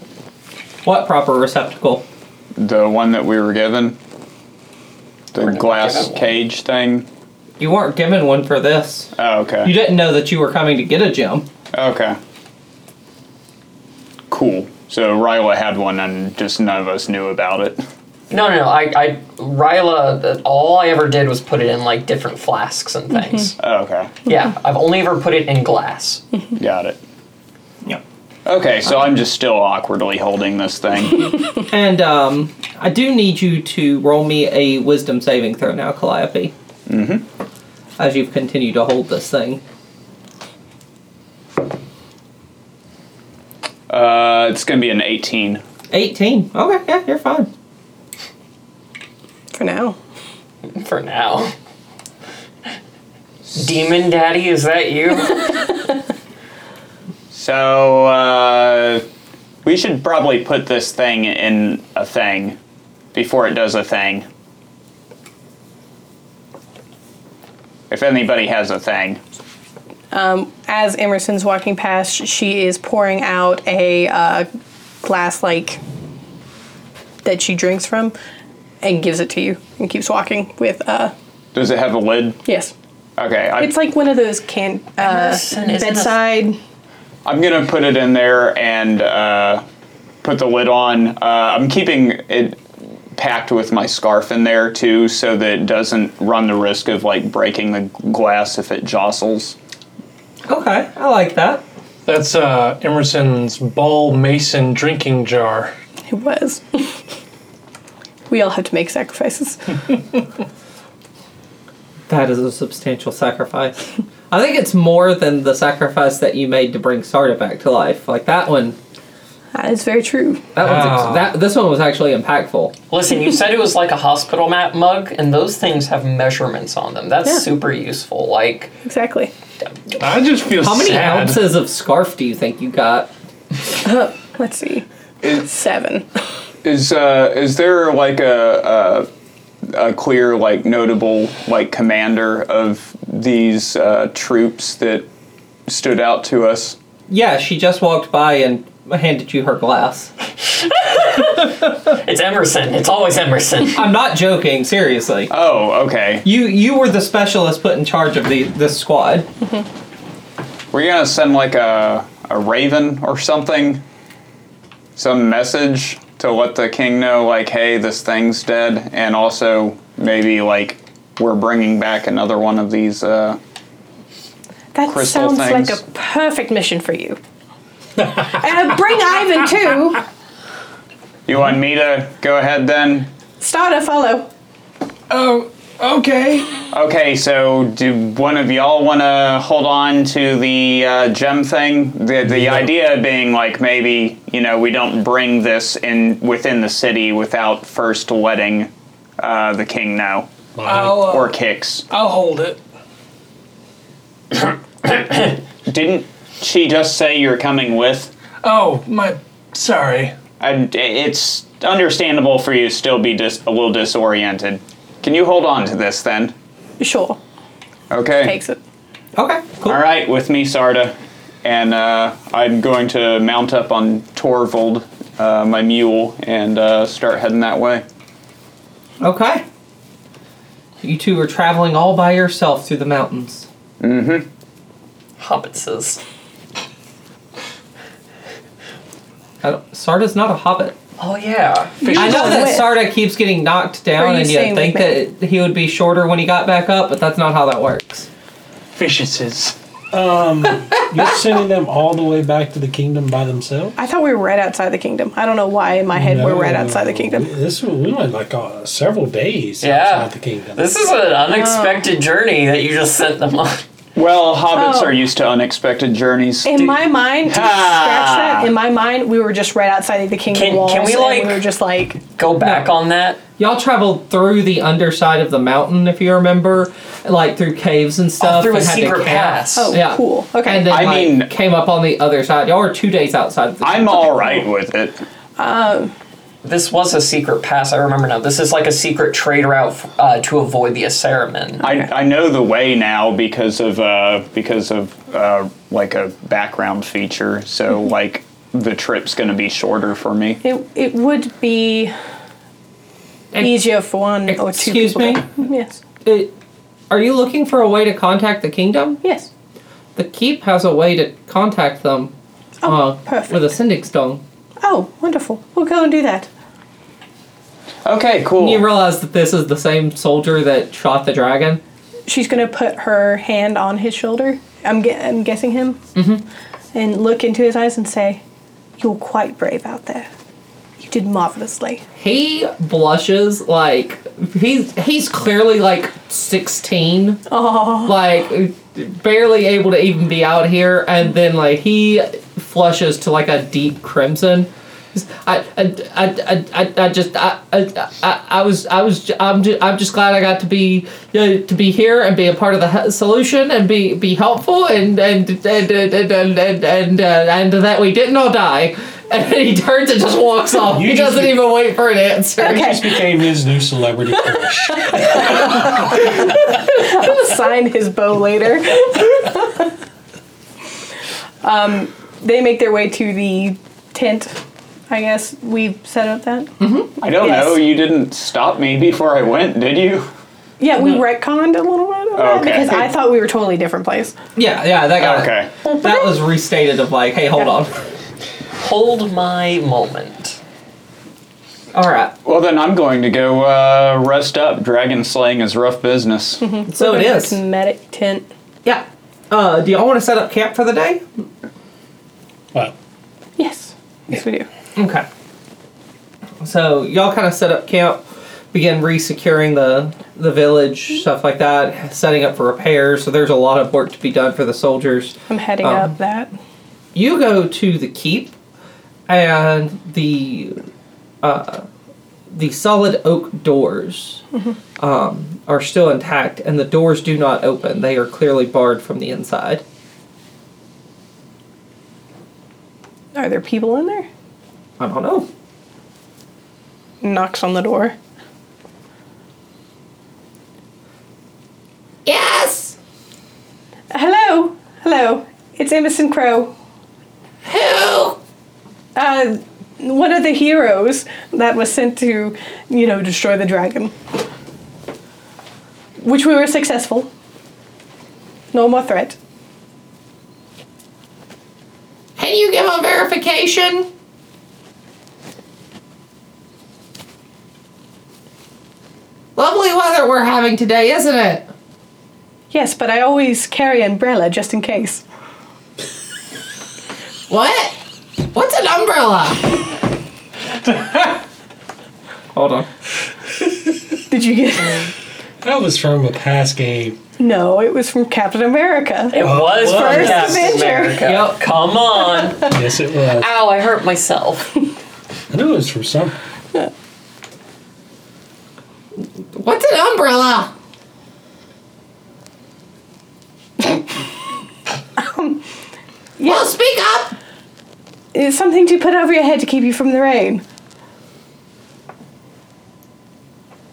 Speaker 1: What proper receptacle?
Speaker 2: The one that we were given. The glass cage thing.
Speaker 1: You weren't given one for this.
Speaker 2: Oh, okay.
Speaker 1: You didn't know that you were coming to get a gem.
Speaker 2: Okay. Cool. So Ryla had one and just none of us knew about it.
Speaker 9: No, no, no. I, I Ryla. the- All I ever did was put it in like different flasks and things.
Speaker 2: Oh, okay.
Speaker 9: Yeah, I've only ever put it in glass.
Speaker 2: Got it.
Speaker 1: Yeah.
Speaker 2: Okay, so I'm just still awkwardly holding this thing.
Speaker 1: And um, I do need you to roll me a wisdom saving throw now, Calliope,
Speaker 2: mm-hmm.
Speaker 1: as you've continued to hold this thing.
Speaker 2: Uh, it's gonna be an 18.
Speaker 1: 18. Okay, yeah, you're fine.
Speaker 8: For now.
Speaker 9: For now. Demon Daddy, is that you?
Speaker 10: So, uh, we should probably put this thing in a thing before it does a thing. If anybody has a thing.
Speaker 8: Um, as Emerson's walking past, she is pouring out a uh, glass like that she drinks from and gives it to you and keeps walking with uh
Speaker 2: Does it have a lid?
Speaker 8: yes
Speaker 2: Okay, I,
Speaker 8: it's like one of those can uh,
Speaker 9: Emerson isn't a-
Speaker 8: bedside
Speaker 2: I'm gonna put it in there and uh, put the lid on. Uh, I'm keeping it packed with my scarf in there too, so that it doesn't run the risk of like breaking the glass if it jostles.
Speaker 1: Okay, I like that.
Speaker 12: That's uh, Emerson's ball mason drinking jar.
Speaker 8: it was we all have to make sacrifices Uh,
Speaker 1: That is a substantial sacrifice. I think it's more than the sacrifice that you made to bring Sarda back to life. Like that one,
Speaker 8: that is very true
Speaker 1: that one's ex-
Speaker 9: Ah.
Speaker 1: that this one was actually impactful.
Speaker 9: Listen, you said it was like a hospital map mug, and those things have measurements on them. That's
Speaker 8: Yeah.
Speaker 9: super useful. Like,
Speaker 8: exactly
Speaker 12: I just feel
Speaker 1: How many
Speaker 12: sad.
Speaker 1: ounces of scarf do you think you got?
Speaker 8: Uh, let's see seven
Speaker 2: Is uh, is there like a, a a clear like notable like commander of these uh, troops that stood out to us?
Speaker 1: Yeah, she just walked by and handed you her glass.
Speaker 9: it's Emerson. It's always Emerson.
Speaker 1: I'm not joking, seriously.
Speaker 2: Oh, okay.
Speaker 1: You you were the specialist put in charge of the this squad.
Speaker 2: We're gonna send like a a raven or something. some message to let the king know, like, hey, this thing's dead, and also maybe like we're bringing back another one of these. Uh,
Speaker 8: That
Speaker 2: Crystal
Speaker 8: sounds
Speaker 2: things.
Speaker 8: like a perfect mission for you. uh, bring Ivan too.
Speaker 2: you want me to go ahead then?
Speaker 8: Start a follow.
Speaker 12: Oh, okay.
Speaker 2: Okay, so do one of y'all want to hold on to the uh, gem thing? The the idea being like maybe you know we don't bring this in within the city without first letting uh, the king know
Speaker 12: I'll, uh,
Speaker 2: or kicks.
Speaker 12: I'll hold it.
Speaker 2: Didn't she just say you're coming with?
Speaker 12: Oh, my. Sorry.
Speaker 2: And it's understandable for you to still be dis- a little disoriented. Can you hold on to this then?
Speaker 8: Sure.
Speaker 2: Okay.
Speaker 8: Takes it.
Speaker 10: Okay, cool.
Speaker 2: All right, with me, Sarda. And uh, I'm going to mount up on Torvald, uh, my mule, and uh, start heading that way.
Speaker 10: Okay. You two are traveling all by yourself through the mountains.
Speaker 2: Mm-hmm.
Speaker 9: Hobbitses.
Speaker 10: I don't, Uh, Sarda's not a hobbit.
Speaker 9: Oh yeah.
Speaker 10: I know that Sarda keeps getting knocked down,
Speaker 9: you
Speaker 10: and you
Speaker 9: staying
Speaker 10: think
Speaker 9: with
Speaker 10: that
Speaker 9: me?
Speaker 10: it- he would be shorter when he got back up, but that's not how that works.
Speaker 12: Fishes.
Speaker 4: Um, you're sending them all the way back to the kingdom by themselves?
Speaker 8: I thought we were right outside the kingdom. I don't know why in my head we're right outside the kingdom.
Speaker 4: This was, we went like uh, several days
Speaker 9: Yeah.
Speaker 4: outside the kingdom.
Speaker 9: This is an unexpected journey that you just sent them on.
Speaker 2: Well, hobbits
Speaker 8: Oh.
Speaker 2: are used to unexpected journeys.
Speaker 8: In my mind, scratch
Speaker 2: Ah.
Speaker 8: that. In my mind, we were just right outside of the kingdom
Speaker 10: Can- can
Speaker 8: walls.
Speaker 10: we,
Speaker 8: and
Speaker 10: like,
Speaker 8: we were just like
Speaker 9: go back on that?
Speaker 10: Y'all traveled through the underside of the mountain, if you remember, like through caves and stuff.
Speaker 9: Oh, through a
Speaker 10: and had to
Speaker 9: secret
Speaker 10: camp.
Speaker 9: pass. Oh,
Speaker 10: yeah. cool. Okay. And then
Speaker 2: I
Speaker 10: I
Speaker 2: mean-
Speaker 10: mean, came up on the other side. Y'all were two days outside. Of the
Speaker 2: I'm all right with it.
Speaker 9: Um, this was a secret pass. I remember now. This is like a secret trade route uh, to avoid the Aceramen.
Speaker 2: I, I know the way now because of uh, because of uh, like a background feature. So
Speaker 8: Mm-hmm.
Speaker 2: like the trip's going to be shorter for me.
Speaker 8: it. It would be easier for one or two.
Speaker 10: Excuse
Speaker 8: people
Speaker 10: me?
Speaker 8: to- Yes.
Speaker 10: It, are you looking for a way to contact the kingdom?
Speaker 8: Yes.
Speaker 10: The keep has a way to contact them
Speaker 9: Oh.
Speaker 10: uh, with a sending stone.
Speaker 8: Oh, wonderful. We'll go and do that.
Speaker 2: Okay, cool.
Speaker 10: You realize that this is the same soldier that shot the dragon?
Speaker 8: She's gonna put her hand on his shoulder. I'm, gue- I'm guessing him,
Speaker 10: Mm-hmm.
Speaker 8: and look into his eyes and say, "You're quite brave out there. You did marvelously."
Speaker 10: He blushes like he's he's clearly like sixteen, like barely able to even be out here, and then like he flushes to like a deep crimson. He's, I, I, I, I, I- I just I, I, I, I was I was ju- I'm just, I'm just glad I got to be you know, to be here and be a part of the he- solution and be be helpful and and and and and and and, and, uh, and that we didn't all die. And then he turns and just walks off.
Speaker 4: You
Speaker 10: he
Speaker 4: just
Speaker 10: doesn't
Speaker 4: be-
Speaker 10: even wait for an answer.
Speaker 4: You just became his new celebrity crush.
Speaker 8: I'll sign his bow later. um, they make their way to the tent. I guess we set up that.
Speaker 2: I don't
Speaker 8: Yes.
Speaker 2: know. You didn't stop me before I went, did you?
Speaker 8: Yeah,
Speaker 10: Mm-hmm.
Speaker 8: we retconned a little bit of
Speaker 10: Oh,
Speaker 8: that
Speaker 2: Okay.
Speaker 8: because I thought we were totally different place.
Speaker 10: Yeah, yeah, that got okay. That was restated of like, hey, hold on.
Speaker 9: Hold my moment.
Speaker 10: All right.
Speaker 2: Well, then I'm going to go uh, rest up. Dragon slaying is rough business.
Speaker 1: Mm-hmm.
Speaker 10: So
Speaker 8: We're
Speaker 10: it
Speaker 8: gonna
Speaker 10: is.
Speaker 8: this Medic tent.
Speaker 10: Yeah. Uh, do y'all want to set up camp for the day?
Speaker 8: Yes. Yes, we do.
Speaker 10: Okay. So y'all kind of set up camp, begin re-securing the the village, stuff like that, setting up for repairs. So there's a lot of work to be done for the soldiers.
Speaker 8: I'm heading
Speaker 10: Um,
Speaker 8: up that.
Speaker 10: You go to the keep, and the uh, the solid oak doors
Speaker 8: Mhm.
Speaker 10: um, are still intact, and the doors do not open. They are clearly barred from the inside.
Speaker 8: Are there people in there?
Speaker 10: I don't know.
Speaker 8: Knocks on the door.
Speaker 10: Yes.
Speaker 8: Hello. Hello. It's Emerson Crow.
Speaker 10: Who?
Speaker 8: Uh, one of the heroes that was sent to, you know, destroy the dragon. Which we were successful. No more threat.
Speaker 10: Can you give a verification?
Speaker 1: weather we're having today, isn't it?
Speaker 8: Yes, but I always carry an umbrella just in case.
Speaker 1: What? What's an umbrella? Hold on.
Speaker 8: Did you get?
Speaker 4: That was from a past game.
Speaker 8: No, it was from Captain America.
Speaker 9: It
Speaker 4: Oh,
Speaker 9: was from
Speaker 8: First
Speaker 9: Captain
Speaker 8: Avenger.
Speaker 9: America. Come on.
Speaker 4: yes, it was.
Speaker 9: Ow, I hurt myself.
Speaker 4: I knew it was from some.
Speaker 1: What's an umbrella?
Speaker 8: Well,
Speaker 1: speak up.
Speaker 8: It's something to put over your head to keep you from the rain.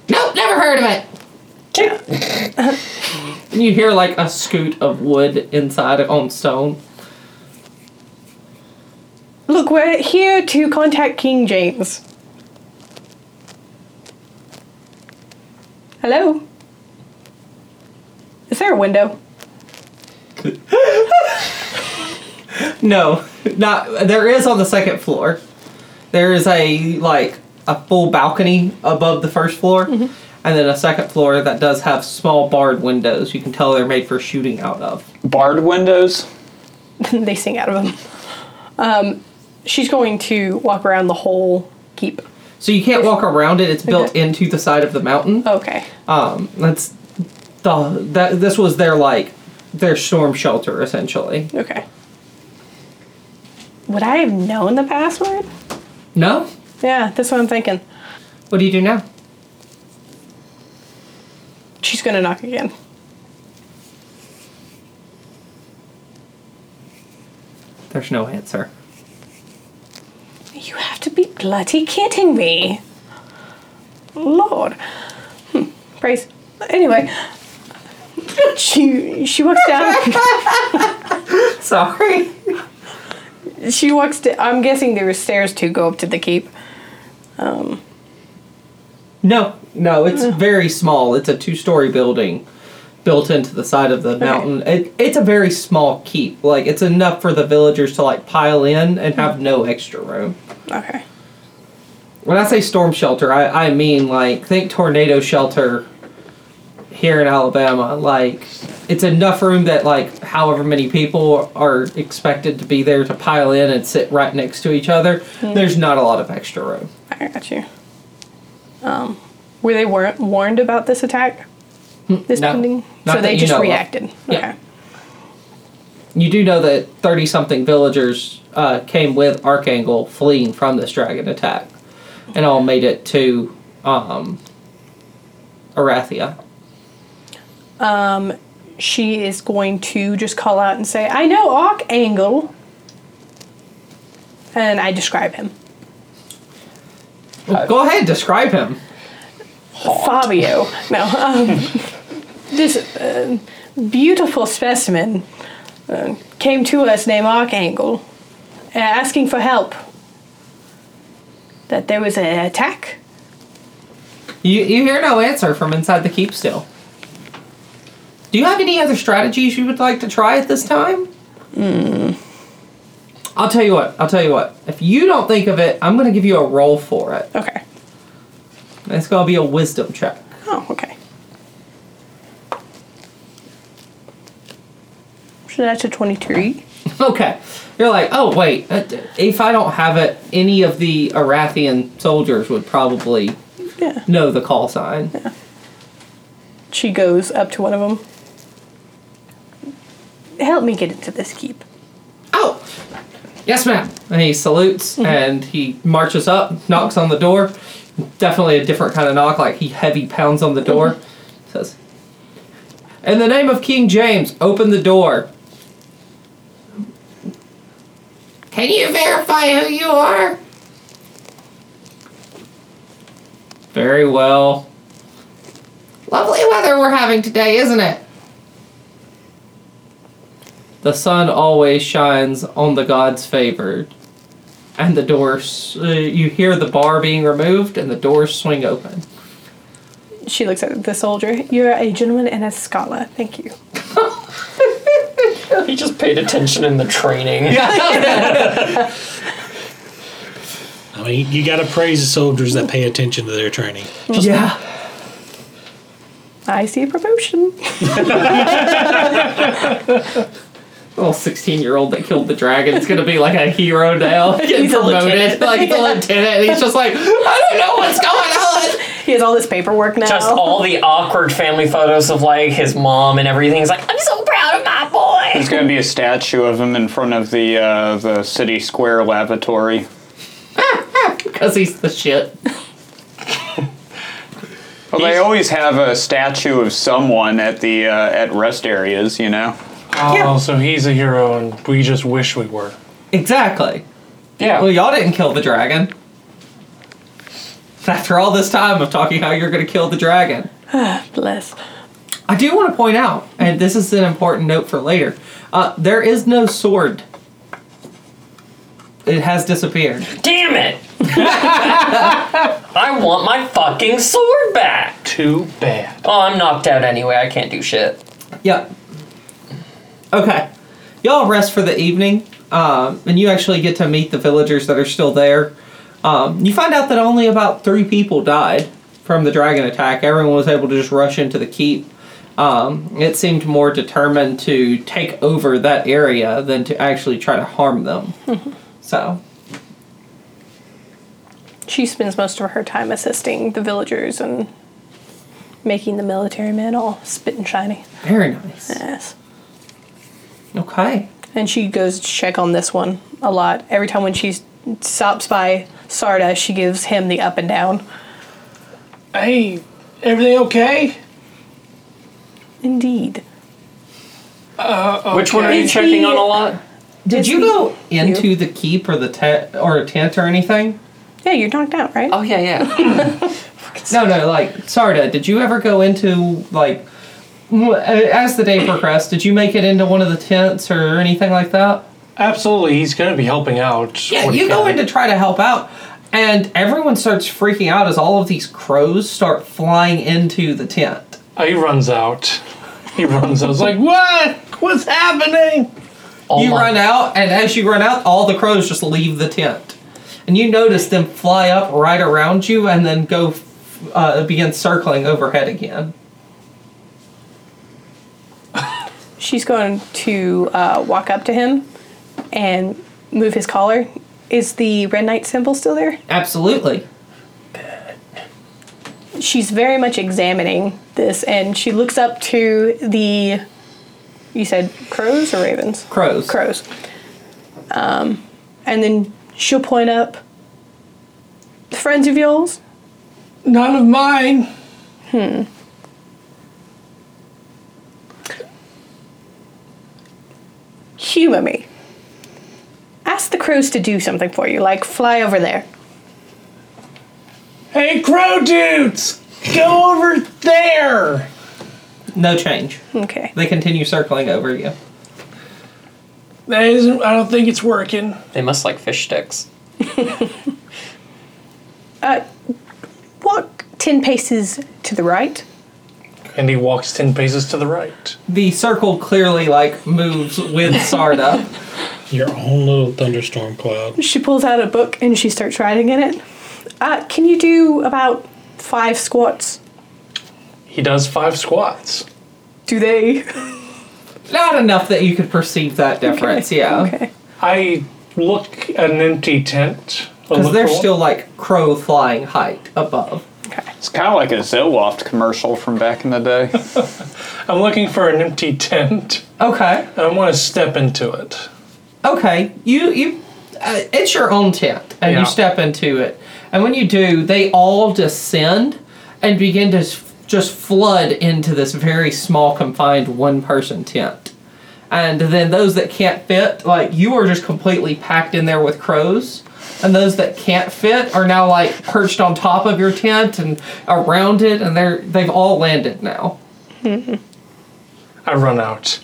Speaker 1: Nope, never heard of it. And you hear like a scoot of wood inside on stone.
Speaker 8: Look, we're here to contact King James. Hello? Is there a window?
Speaker 1: No, not there is on the second floor. There is a like a full balcony above the first floor, and then a second floor that does have small barred windows. You can tell they're made for shooting out of.
Speaker 2: Barred windows.
Speaker 8: they sing out of them. Um, she's going to walk around the whole keep.
Speaker 1: So you can't walk around it. It's built
Speaker 8: Okay.
Speaker 1: into the side of the mountain.
Speaker 8: Okay.
Speaker 1: Um, that's the that this was their like their storm shelter essentially.
Speaker 8: Okay. Would I have known the password?
Speaker 1: No,
Speaker 8: Yeah, that's what I'm thinking.
Speaker 1: what do you do now?
Speaker 8: She's gonna knock again.
Speaker 1: There's no answer.
Speaker 8: You have to be bloody kidding me. Lord. Hmm, Praise. Anyway. She she walks down.
Speaker 1: Sorry.
Speaker 8: She walks down. I'm guessing there were stairs to go up to the keep. Um,
Speaker 1: No, no, it's very small. It's a two-story building built into the side of the mountain. It, it's a very small keep. Like it's enough for the villagers to like pile in and have no extra room.
Speaker 8: Okay.
Speaker 1: When I say storm shelter, I, I mean like think tornado shelter here in Alabama. Like it's enough room that like however many people are expected to be there to pile in and sit right next to each other.
Speaker 8: Mm.
Speaker 1: There's not a lot of extra room.
Speaker 8: I got you. Um, were they war- warned about this attack? This
Speaker 1: no.
Speaker 8: pending?
Speaker 1: Hmm, Not that
Speaker 8: so they
Speaker 1: you
Speaker 8: just
Speaker 1: know of.
Speaker 8: reacted. Okay.
Speaker 1: You do know that 30 something villagers uh, came with Archangel fleeing from this dragon attack and all made it to um, Arathia.
Speaker 8: Um, she is going to just call out and say, I know Archangel. And I describe him.
Speaker 1: Go ahead, describe him.
Speaker 8: Fabio. No. Um, this uh, beautiful specimen uh, came to us named Archangel uh, asking for help. That there was an attack.
Speaker 1: You, you hear no answer from inside the keep still. Do you have any other strategies you would like to try at this time? I'll tell you what. I'll tell you what. If you don't think of it, I'm going to give you a roll for it.
Speaker 8: Okay.
Speaker 1: It's going to be a wisdom check.
Speaker 8: Oh, okay. So that's a 23.
Speaker 1: Okay. You're like, oh, wait. uh, If I don't have it, any of the Arathian soldiers would probably
Speaker 8: Yeah.
Speaker 1: know the call sign.
Speaker 8: She goes up to one of them. Help me get into this keep.
Speaker 1: Oh! Yes, ma'am. And he salutes and he marches up, knocks on the door. Definitely a different kind of knock, like he heavy pounds on the door. Says, In the name of King James, open the door. Can you verify who you are? Very well. Lovely weather we're having today, isn't it? The sun always shines on the gods favored. And the doors, uh, you hear the bar being removed and the doors swing open.
Speaker 8: She looks at the soldier. You're a gentleman and a scholar. Thank you.
Speaker 9: he just paid attention in the training.
Speaker 4: I mean, you gotta praise the soldiers that pay attention to their training.
Speaker 1: Yeah.
Speaker 8: I see a promotion.
Speaker 1: Little 16 year old that killed the dragon is gonna be like a hero now. Getting
Speaker 8: He's a
Speaker 1: promoted.
Speaker 8: lieutenant.
Speaker 1: like he's a lieutenant. He's just like, I don't know what's going on.
Speaker 8: He has all this paperwork now.
Speaker 9: Just all the awkward family photos of like his mom and everything. He's like, I'm so proud of my boy.
Speaker 10: There's going to be a statue of him in front of the uh, the city square lavatory.
Speaker 1: Because he's the shit.
Speaker 10: Well, they always have a statue of someone at the uh, at rest areas, you know.
Speaker 12: Oh, so he's a hero, and we just wish we were.
Speaker 1: Exactly.
Speaker 9: Yeah.
Speaker 1: Well, y'all didn't kill the dragon. After all this time of talking how you're gonna kill the dragon.
Speaker 8: Bless.
Speaker 1: I do want to point out, and this is an important note for later, uh, there is no sword. It has disappeared.
Speaker 9: Damn it! I want my fucking sword back.
Speaker 12: Too bad.
Speaker 9: Oh, I'm knocked out anyway. I can't do shit.
Speaker 1: Yep. Okay. Y'all rest for the evening, um, and you actually get to meet the villagers that are still there. Um, you find out that only about three people died from the dragon attack. Everyone was able to just rush into the keep. Um, it seemed more determined to take over that area than to actually try to harm them. so,
Speaker 8: She spends most of her time assisting the villagers and making the military men all spit and shiny.
Speaker 1: very nice.
Speaker 8: Yes.
Speaker 1: Okay.
Speaker 8: And she goes to check on this one a lot. Every time when she stops by Sarda, she gives him the up and down.
Speaker 12: Hey, everything okay?
Speaker 8: Indeed.
Speaker 12: Uh,
Speaker 9: Which one are you
Speaker 12: okay.
Speaker 9: checking on a lot?
Speaker 1: Did
Speaker 8: It's
Speaker 1: you
Speaker 8: me.
Speaker 1: go into the keep or the tent or a tent or anything?
Speaker 8: Yeah, you're knocked out, right?
Speaker 9: Oh yeah, yeah.
Speaker 1: No, no, like Sarda, did you ever go into like w- as the day progressed, did you make it into one of the tents or anything like that?
Speaker 12: Absolutely, he's going to be helping out.
Speaker 1: Yeah,
Speaker 12: when he
Speaker 1: you go
Speaker 12: can.
Speaker 1: in to try to help out and everyone starts freaking out as all of these crows start flying into the tent.
Speaker 12: Oh, he runs out. He runs out. It's like, what? What's happening?
Speaker 9: Oh,
Speaker 1: you
Speaker 9: my-
Speaker 1: run out and as you run out, all the crows just leave the tent. And you notice them fly up right around you and then go f- uh, begin circling overhead again.
Speaker 8: She's going to uh, walk up to him and move his collar. Is the red knight symbol still there?
Speaker 1: Absolutely.
Speaker 8: she's very much examining this and she looks up to the you said crows or ravens
Speaker 1: Crows.
Speaker 8: crows um, and then she'll point up friends of yours
Speaker 12: None of mine.
Speaker 8: humor me ask the crows to do something for you like fly over there
Speaker 12: Hey, crow dudes, go over there.
Speaker 1: No change.
Speaker 8: okay
Speaker 1: They continue circling over you.
Speaker 12: That isn't. I don't think it's working.
Speaker 9: They must like fish sticks.
Speaker 8: walk 10 paces to the right
Speaker 12: And he walks ten paces to the right.
Speaker 1: The circle clearly like moves with Sarda.
Speaker 4: Your own little thunderstorm cloud.
Speaker 8: she pulls out a book and she starts writing in it uh, can you do about five squats
Speaker 12: He does five squats.
Speaker 8: do they
Speaker 1: Not enough that you could perceive that difference, yeah.
Speaker 8: okay
Speaker 12: I look an empty tent. I
Speaker 1: Because
Speaker 12: look
Speaker 1: they're
Speaker 12: for one.
Speaker 1: still like crow flying height above.
Speaker 10: It's kind of like a Zoloft commercial from back in the day.
Speaker 12: I'm looking for an empty tent.
Speaker 1: Okay.
Speaker 12: I want to step into it.
Speaker 1: Okay. You you, uh, it's your own tent, and
Speaker 12: Yeah.
Speaker 1: you step into it, and when you do, they all descend and begin to s- just flood into this very small confined one person tent. And then those that can't fit, like you are just completely packed in there with crows. And those that can't fit are now like perched on top of your tent and around it, and they're they've all landed now.
Speaker 12: I run out.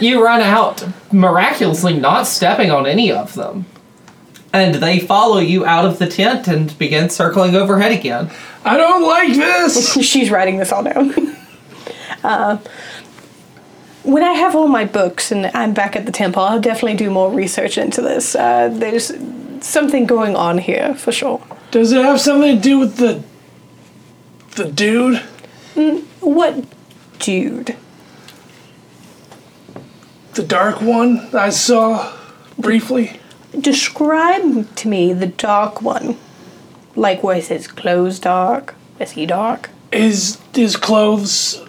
Speaker 1: you run out, miraculously not stepping on any of them. And they follow you out of the tent and begin circling overhead again.
Speaker 12: I don't like this.
Speaker 8: She's writing this all down. uh, when I have all my books and I'm back at the temple, I'll definitely do more research into this. Uh, there's something going on here for sure.
Speaker 12: Does it have something to do with the the dude?
Speaker 8: Mm, What dude?
Speaker 12: The dark one I saw briefly.
Speaker 8: Describe to me the dark one. Like, was his clothes dark? Was he dark?
Speaker 12: His his clothes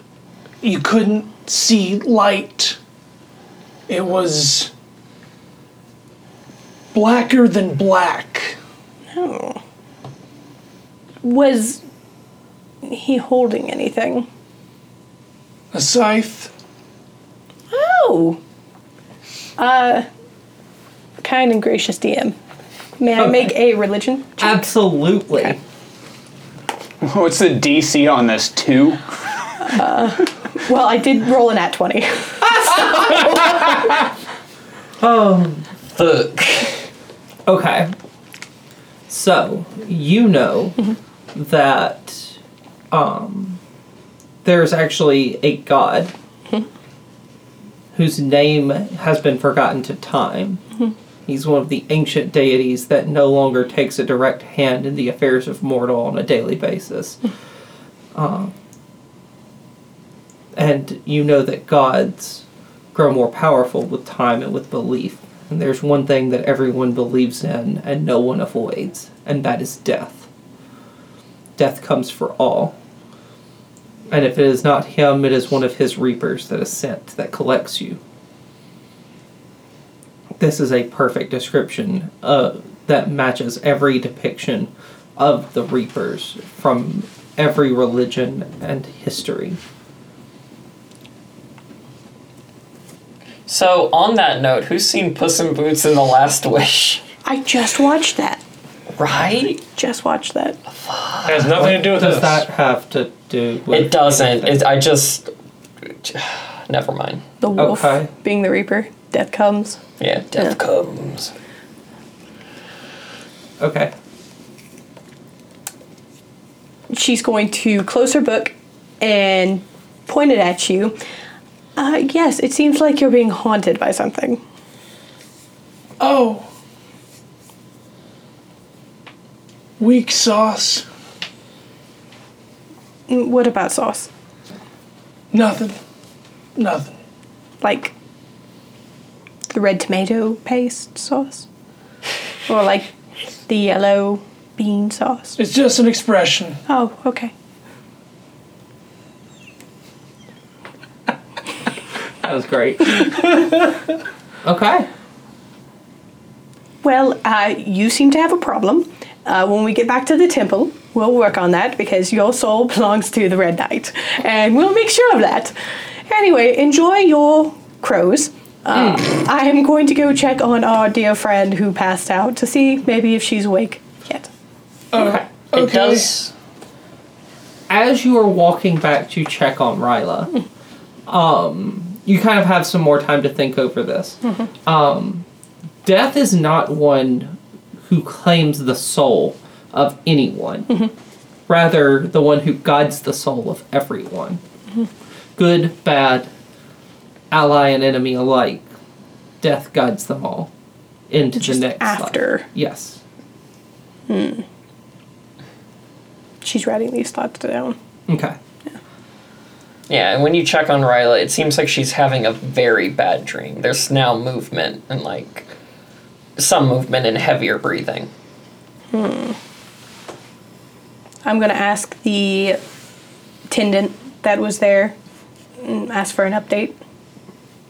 Speaker 12: you couldn't see light. It was blacker than black.
Speaker 8: No. Was he holding anything?
Speaker 12: A scythe?
Speaker 8: Oh! Uh, kind and gracious DM. May I
Speaker 1: Okay.
Speaker 8: make a religion?
Speaker 1: Absolutely.
Speaker 10: What's the DC on this? Two?
Speaker 8: Uh, well, I did roll an at 20.
Speaker 1: Oh.
Speaker 9: Fuck.
Speaker 1: Okay. So, you know that um, there's actually a god whose name has been forgotten to time. He's one of the ancient deities that no longer takes a direct hand in the affairs of mortal on a daily basis. Um, and you know that gods grow more powerful with time and with belief. And there's one thing that everyone believes in and no one avoids, and that is death. Death comes for all. And if it is not him, it is one of his reapers that is sent, that collects you. This is a perfect description uh, that matches every depiction of the reapers from every religion and history.
Speaker 9: So, on that note, who's seen Puss in Boots in The Last Wish?
Speaker 8: I just watched that.
Speaker 9: Right?
Speaker 8: Just watched that.
Speaker 4: has nothing to do with
Speaker 1: does
Speaker 4: this.
Speaker 1: that have to do with
Speaker 9: It doesn't. It, I just. Never mind.
Speaker 8: The wolf
Speaker 9: Okay.
Speaker 8: being the Reaper. Death comes.
Speaker 9: Yeah, death comes.
Speaker 1: Okay.
Speaker 8: She's going to close her book and point it at you. Uh, yes, it seems like you're being haunted by something.
Speaker 12: Oh. Weak sauce.
Speaker 8: Mm, What about sauce?
Speaker 12: Nothing. Nothing.
Speaker 8: Like the red tomato paste sauce? Or like the yellow bean sauce?
Speaker 12: It's just an expression.
Speaker 8: Oh, okay.
Speaker 1: That was great. okay.
Speaker 8: Well, uh, you seem to have a problem. Uh, when we get back to the temple, we'll work on that because your soul belongs to the Red Knight, and we'll make sure of that. Anyway, enjoy your crows. Uh, I am going to go check on our dear friend who passed out to see maybe if she's awake yet.
Speaker 1: Okay.
Speaker 12: It
Speaker 9: does.
Speaker 1: As you are walking back to check on Ryla, um, you kind of have some more time to think over this.
Speaker 8: Mm-hmm.
Speaker 1: Um, death is not one who claims the soul of anyone,
Speaker 8: Mm-hmm.
Speaker 1: rather, the one who guides the soul of everyone.
Speaker 8: Mm-hmm.
Speaker 1: Good, bad, ally, and enemy alike. Death guides them all into
Speaker 8: Just
Speaker 1: the next life.
Speaker 8: after.
Speaker 1: Yes.
Speaker 8: Hmm. She's writing these thoughts down.
Speaker 1: Okay.
Speaker 9: Yeah, and when you check on Ryla, it seems like she's having a very bad dream. There's now movement and like some movement and heavier breathing.
Speaker 8: Hmm. I'm going to ask the attendant that was there, mm, ask for an update.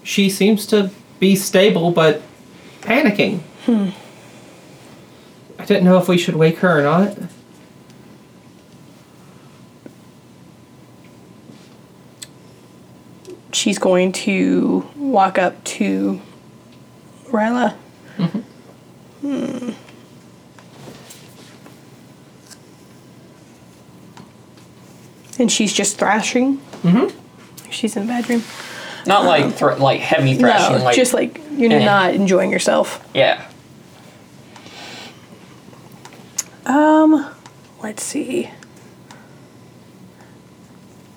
Speaker 1: she seems to be stable but panicking.
Speaker 8: Hmm.
Speaker 1: I didn't know if we should wake her or not.
Speaker 8: she's going to walk up to Ryla. Hmm. And she's just thrashing.
Speaker 1: Mm-hmm.
Speaker 8: She's in the bedroom.
Speaker 9: Not like thr- like heavy thrashing.
Speaker 8: Uh-huh. no,
Speaker 9: like
Speaker 8: just like you're
Speaker 9: Eh.
Speaker 8: not enjoying yourself.
Speaker 9: yeah.
Speaker 8: Um, let's see.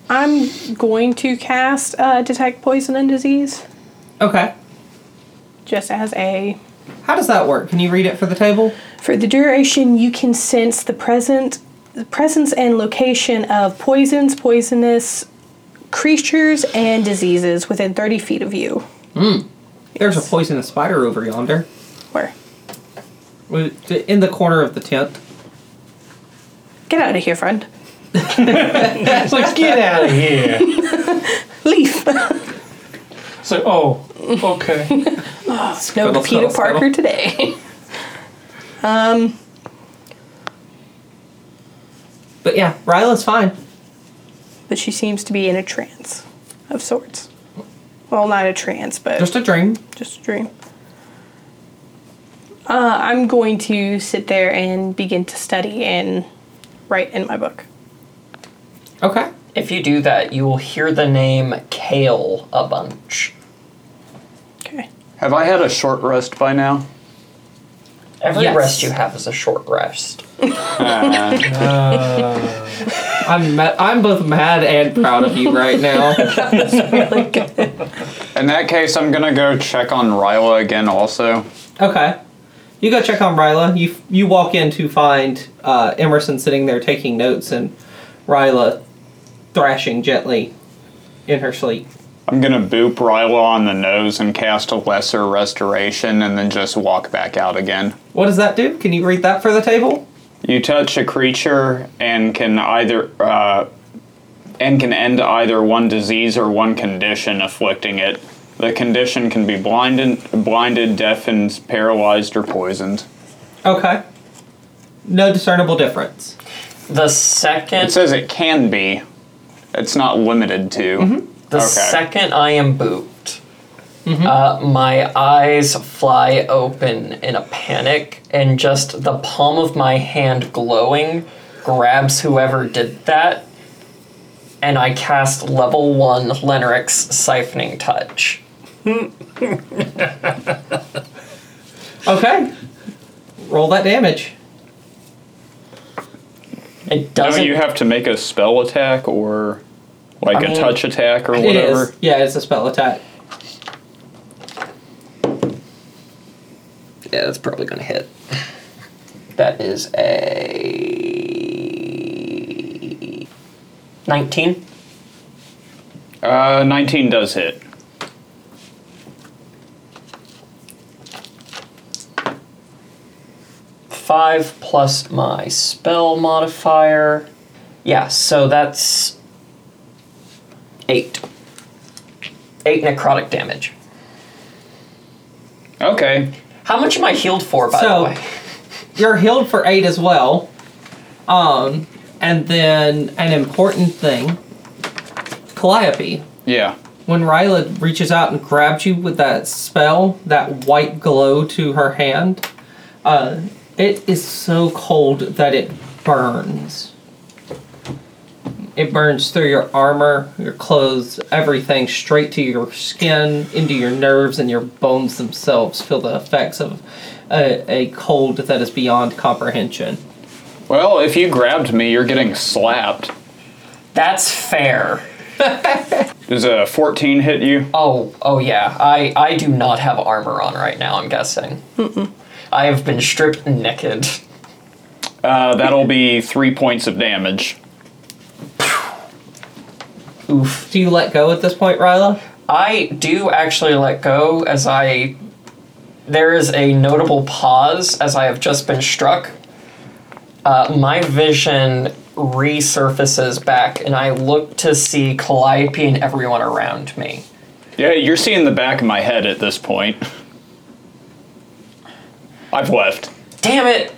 Speaker 8: I'm going to cast uh, detect poison and disease
Speaker 1: Okay.
Speaker 8: just as a
Speaker 1: How does that work? Can you read it for the table?
Speaker 8: For the duration, you can sense the present, the presence and location of poisons, poisonous creatures, and diseases within 30 feet of you.
Speaker 1: Mm. There's a poisonous spider over yonder.
Speaker 8: Where?
Speaker 1: In the corner of the tent.
Speaker 8: Get out of here, friend.
Speaker 12: it's like get out of here.
Speaker 8: Leave.
Speaker 12: It's like oh, okay.
Speaker 8: no
Speaker 12: Scuttle,
Speaker 8: Peter
Speaker 12: scuttle,
Speaker 8: Parker
Speaker 12: scuttle.
Speaker 8: today. um,
Speaker 1: but yeah, Ryla's fine.
Speaker 8: But she seems to be in a trance of sorts. Well, not a trance, but
Speaker 1: Just a dream.
Speaker 8: Just a dream. Uh, I'm going to sit there and begin to study and write in my book.
Speaker 1: Okay.
Speaker 9: If you do that, you will hear the name Kale a bunch.
Speaker 8: Okay.
Speaker 2: Have I had a short rest by now?
Speaker 9: Every
Speaker 2: Yes.
Speaker 9: rest you have is a short rest.
Speaker 1: I'm ma- I'm both mad and proud of you right now.
Speaker 2: In that case, I'm gonna go check on Ryla again. Also,
Speaker 1: Okay. You go check on Ryla. You you walk in to find uh, Emerson sitting there taking notes and Ryla thrashing gently in her sleep.
Speaker 2: I'm gonna boop Ryla on the nose and cast a lesser restoration, and then just walk back out again.
Speaker 1: What does that do? Can you read that for the table?
Speaker 2: You touch a creature and can either uh, and can end either one disease or one condition afflicting it. The condition can be blinded, blinded, deafened, paralyzed, or poisoned.
Speaker 1: Okay. No discernible difference.
Speaker 9: The second
Speaker 2: it says it can be. It's not limited to.
Speaker 1: Mm-hmm.
Speaker 9: The second I am booped, uh, my eyes fly open in a panic, and just the palm of my hand glowing grabs whoever did that, and I cast level one Lenric's Siphoning Touch.
Speaker 1: Okay. Roll that damage.
Speaker 9: It
Speaker 2: Doesn't you have to make a spell attack or like
Speaker 1: I
Speaker 2: a
Speaker 1: mean,
Speaker 2: touch attack or
Speaker 1: Uh, It
Speaker 2: whatever?
Speaker 1: is. Yeah, it's a spell attack.
Speaker 9: Yeah, that's probably going to hit. That is a 19.
Speaker 2: Uh, 19 does hit.
Speaker 9: five plus my spell modifier. Yeah, so that's eight. Eight necrotic damage.
Speaker 2: Okay.
Speaker 9: How much am I healed for, by
Speaker 1: so
Speaker 9: the way?
Speaker 1: you're healed for eight as well. Um, and then an important thing, Calliope.
Speaker 2: Yeah.
Speaker 1: When Ryla reaches out and grabs you with that spell, that white glow to her hand, uh, it is so cold that it burns. It burns through your armor, your clothes, everything, straight to your skin, into your nerves, and your bones themselves feel the effects of a, a cold that is beyond comprehension.
Speaker 2: Well, if you grabbed me, you're getting slapped.
Speaker 9: That's fair.
Speaker 2: Does a 14 hit you?
Speaker 9: Oh, oh yeah. I, I do not have armor on right now, I'm guessing. I have been stripped naked.
Speaker 2: Uh, that'll be three points of damage.
Speaker 9: Oof.
Speaker 1: Do you let go at this point, Ryla?
Speaker 9: I do actually let go as I. There is a notable pause as I have just been struck. Uh, my vision resurfaces back, and I look to see Calliope and everyone around me.
Speaker 2: Yeah, you're seeing the back of my head at this point. I've left.
Speaker 9: Damn it!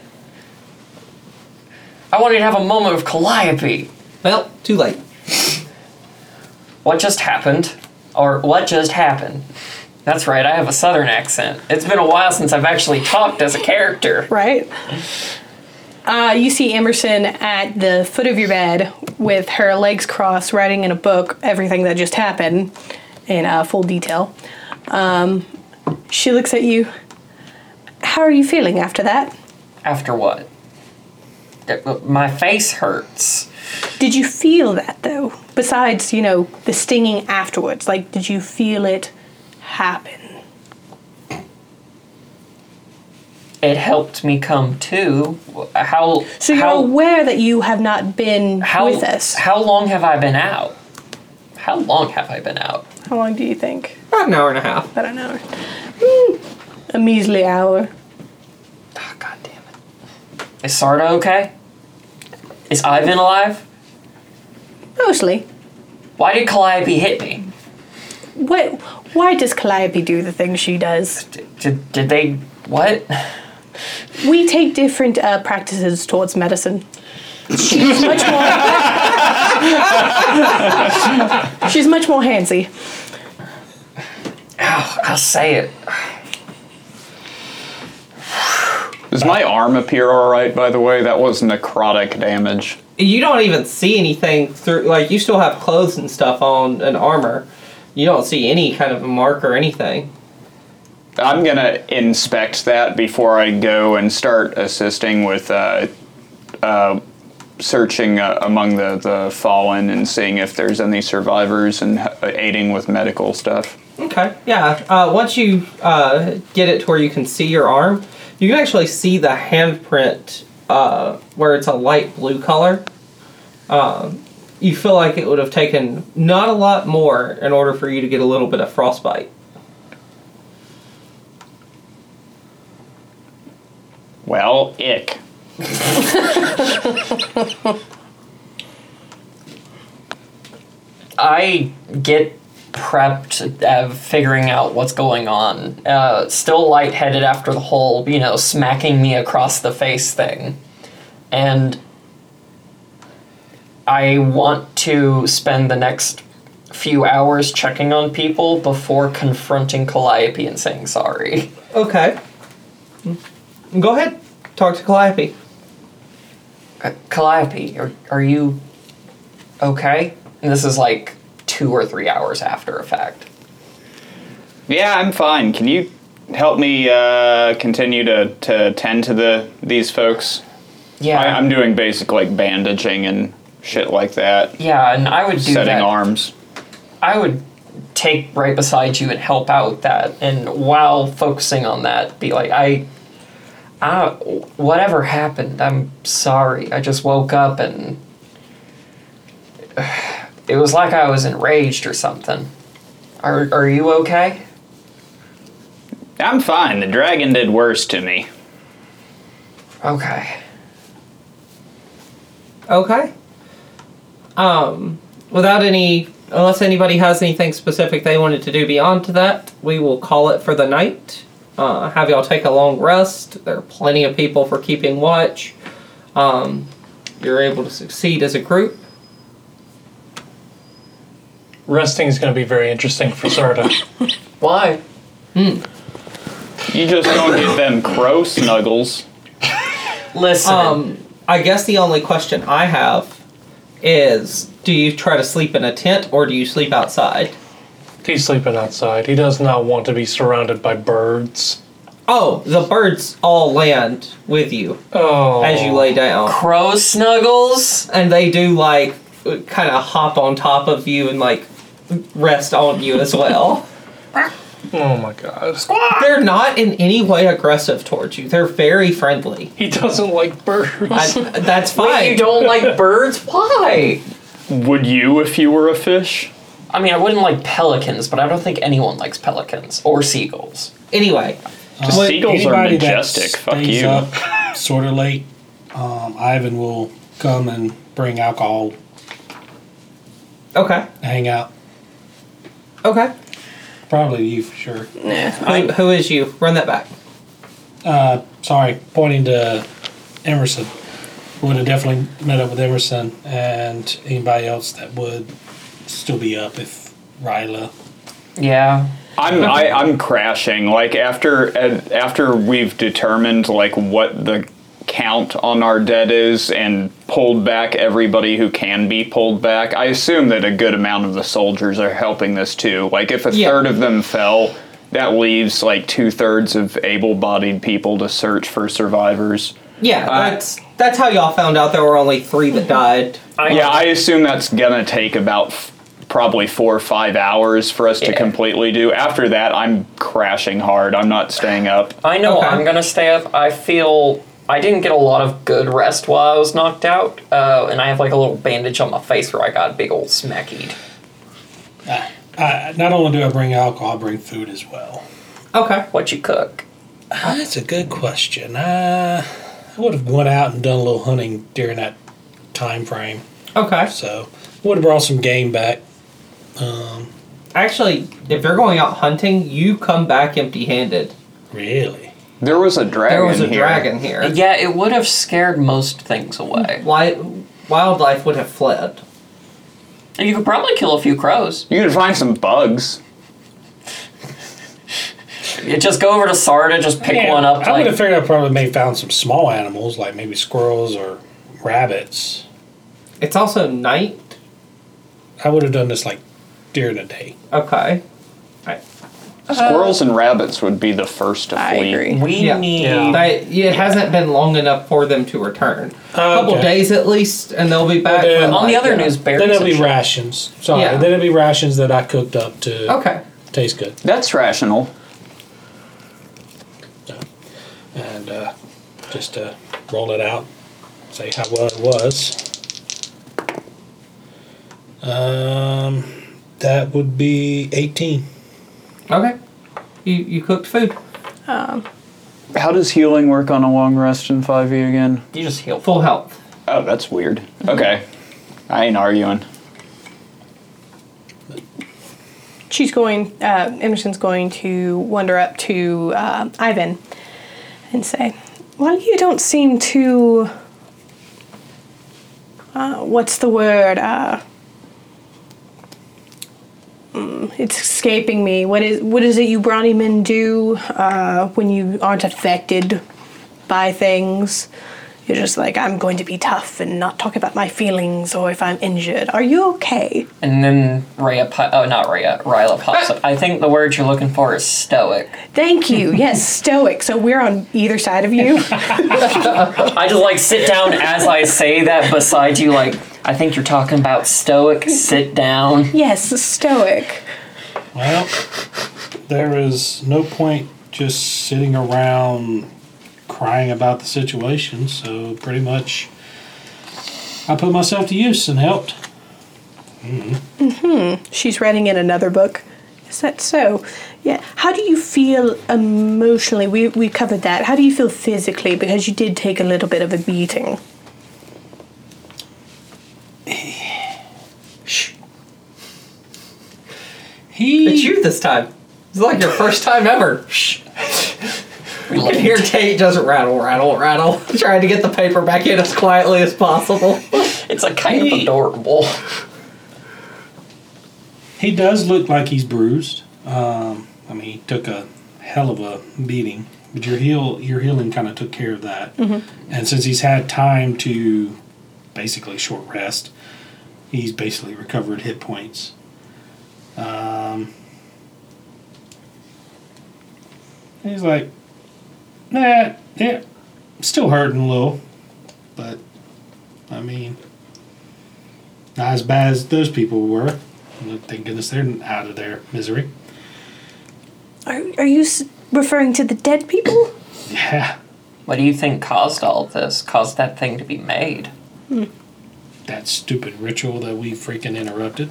Speaker 9: I wanted to have a moment of Calliope.
Speaker 1: Well, too late.
Speaker 9: What just happened? Or what just happened? That's right, I have a southern accent. It's been a while since I've actually talked as a character.
Speaker 8: Right? Uh, you see Emerson at the foot of your bed with her legs crossed, writing in a book everything that just happened in uh, full detail. Um, she looks at you. How are you feeling after that?
Speaker 9: After what? That- My face hurts.
Speaker 8: Did you feel that though? Besides, you know, the stinging afterwards, like, did you feel it happen?
Speaker 9: it helped me come to. How
Speaker 8: So you're
Speaker 9: how
Speaker 8: aware that you have not been
Speaker 9: how
Speaker 8: with us.
Speaker 9: how long have I been out? How long have I been out?
Speaker 8: How long do you think?
Speaker 1: About an hour and a half.
Speaker 8: About an hour. Hmm, a measly hour.
Speaker 9: Ah, Is Sarda okay? Is Ivan alive?
Speaker 8: Mostly.
Speaker 9: Why did Calliope hit me?
Speaker 8: What? Why does Calliope do the things she does?
Speaker 9: Did, did they what?
Speaker 8: We take different uh, practices towards medicine. She's much more. She's much more handsy.
Speaker 9: Ow, I'll say it.
Speaker 2: Does my arm appear all right? By the way, that was necrotic damage.
Speaker 1: You don't even see anything through. Like you still have clothes and stuff on and armor. You don't see any kind of mark or anything.
Speaker 2: I'm gonna inspect that before I go and start assisting with uh, uh, searching uh, among the, the fallen and seeing if there's any survivors and h- aiding with medical stuff.
Speaker 1: Okay. Yeah. Uh, once you uh, get it to where you can see your arm, you can actually see the handprint uh, where it's a light blue color. Um, you feel like it would have taken not a lot more in order for you to get a little bit of frostbite.
Speaker 2: Well, ick.
Speaker 9: I get prepped of figuring out what's going on. Uh, still lightheaded after the whole, you know, smacking me across the face thing. And I want to spend the next few hours checking on people before confronting Calliope and saying sorry.
Speaker 1: Okay. Go ahead. Talk to Calliope.
Speaker 9: Uh, Calliope, are, are you okay? And this is like two or three hours after a fact.
Speaker 2: Yeah, I'm fine. Can you help me uh, continue to, to tend to the these folks?
Speaker 9: Yeah.
Speaker 2: I, I'm doing basic like bandaging and shit like that.
Speaker 9: Yeah, and I would do
Speaker 2: setting
Speaker 9: that.
Speaker 2: arms.
Speaker 9: I would take right beside you and help out with that, and while focusing on that, be like, I, I, whatever happened, I'm sorry. I just woke up and it was like I was enraged or something. Are Are you okay?
Speaker 2: I'm fine. The dragon did worse to me.
Speaker 9: Okay.
Speaker 1: Okay. Um, without any, unless anybody has anything specific they wanted to do beyond that, we will call it for the night. Uh, have y'all take a long rest. There are plenty of people for keeping watch. Um, you're able to succeed as a group.
Speaker 12: Resting is going to be very interesting for Sarda.
Speaker 9: Why?
Speaker 2: You just don't get them crow snuggles.
Speaker 9: Listen.
Speaker 1: Um, I guess the only question I have is do you try to sleep in a tent or do you sleep outside?
Speaker 12: He's sleeping outside. He does not want to be surrounded by birds.
Speaker 1: Oh, the birds all land with you
Speaker 12: oh.
Speaker 1: as you lay down.
Speaker 9: Crow snuggles,
Speaker 1: and they do like kind of hop on top of you and like rest on you as well.
Speaker 12: Oh my god.
Speaker 1: They're not in any way aggressive towards you. They're very friendly.
Speaker 12: He doesn't like birds.
Speaker 1: I- that's fine.
Speaker 9: you don't like birds? Why?
Speaker 2: Would you if you were a fish?
Speaker 9: I mean, I wouldn't like pelicans, but I don't think anyone likes pelicans or seagulls.
Speaker 1: Anyway,
Speaker 2: Just
Speaker 4: Uh,
Speaker 2: seagulls are
Speaker 4: anybody that
Speaker 2: majestic. Fuck
Speaker 4: stays
Speaker 2: you.
Speaker 4: Up sort of late. Um, Ivan will come and bring alcohol.
Speaker 1: Okay.
Speaker 4: Hang out.
Speaker 1: Okay.
Speaker 4: Probably you for sure.
Speaker 1: Who, who is you? Run that back.
Speaker 4: Uh, sorry, pointing to Emerson. Would have definitely met up with Emerson and anybody else that would still be up if Ryla.
Speaker 9: Yeah.
Speaker 2: I'm I, I'm crashing. Like after uh, after we've determined like what the count on our dead is and pulled back everybody who can be pulled back. I assume that a good amount of the soldiers are helping this too. Like if a
Speaker 1: Yeah.
Speaker 2: third of them fell, that leaves like two thirds of able-bodied people to search for survivors.
Speaker 1: Yeah, that's that's how y'all found out there were only three that died.
Speaker 2: yeah, I assume that's gonna take about f- probably four or five hours for us to completely do. After that, I'm crashing hard. I'm not staying up.
Speaker 9: I know I'm gonna stay up. I feel I didn't get a lot of good rest while I was knocked out, uh, and I have like a little bandage on my face where I got a big old smackied.
Speaker 4: I, Uh, not only do I bring alcohol, I bring food as well. Uh,
Speaker 1: Okay.
Speaker 9: What you cook?
Speaker 4: That's a good question. Uh, I would have went out and done a little hunting during that time frame.
Speaker 1: Okay.
Speaker 4: So would have brought some game back.
Speaker 1: Um, Actually, if you're going out hunting, you come back empty-handed.
Speaker 4: Really?
Speaker 2: There was a dragon.
Speaker 1: There was a
Speaker 2: here.
Speaker 1: dragon here.
Speaker 9: Yeah, it would have scared most things away.
Speaker 1: Wi- wildlife would have fled.
Speaker 9: And you could probably kill a few crows.
Speaker 2: You could find some bugs.
Speaker 9: You just go over to Sarda, just pick
Speaker 4: Yeah,
Speaker 9: one up.
Speaker 4: I would
Speaker 9: Like,
Speaker 4: have figured I probably may have found some small animals, like maybe squirrels or rabbits.
Speaker 1: It's also night.
Speaker 4: I would have done this like during the day.
Speaker 1: Okay.
Speaker 2: Squirrels and rabbits would be the first to flee.
Speaker 9: We need.
Speaker 1: They, yeah, it hasn't been long enough for them to return. A couple
Speaker 4: okay.
Speaker 1: days at least, and they'll be back. when, like, yeah.
Speaker 4: Then it'll be rations. Sorry,
Speaker 1: Yeah.
Speaker 4: then it'll be rations that I cooked up to
Speaker 1: Okay.
Speaker 4: taste good.
Speaker 2: That's rational.
Speaker 4: And uh, just uh, roll it out, say how well it was. Um, that would be 18.
Speaker 1: Okay. You, you cooked food.
Speaker 8: Um,
Speaker 2: How does healing work on a long rest in 5e again?
Speaker 9: You just heal.
Speaker 1: Full health.
Speaker 2: Oh, that's weird. Okay. I ain't arguing.
Speaker 8: she's going, uh, Emerson's going to wander up to uh, Ivan and say, Well, you don't seem too. Uh, what's the word? Uh, mm, it's escaping me. What is what is it you brawny men do uh, when you aren't affected by things? You're just like I'm going to be tough and not talk about my feelings or if I'm injured. Are you okay?
Speaker 9: And then Raya, pu- oh not Raya, Ryla pops up. I think the word you're looking for is stoic.
Speaker 8: Thank you. Yes, stoic. So we're on either side of you.
Speaker 9: I just like sit down as I say that beside you. Like I think you're talking about stoic. Sit down.
Speaker 8: yes, stoic.
Speaker 4: Well, there is no point just sitting around crying about the situation, so pretty much I put myself to use and helped.
Speaker 8: Hmm. She's writing in another book. Is that so? Yeah. How do you feel emotionally? We we covered that. How do you feel physically? Because you did take a little bit of a beating.
Speaker 4: He.
Speaker 1: It's you this time. It's like your first time ever. Shh. You can hear Tate doesn't rattle, rattle, rattle, trying to get the paper back in as quietly as possible.
Speaker 9: It's a kind of adorable.
Speaker 4: He does look like he's bruised. Um, I mean, he took a hell of a beating, but your heal your healing kind of took care of that.
Speaker 8: Mhm.
Speaker 4: And since he's had time to basically short rest, he's basically recovered hit points. Um, he's like, nah, yeah, still hurting a little, but I mean, not as bad as those people were. Thank goodness they're out of their misery.
Speaker 8: Are are you s- referring to the dead people?
Speaker 4: Yeah,
Speaker 9: What do you think caused all of this? Caused that thing to be made?
Speaker 4: that stupid ritual that we freaking interrupted.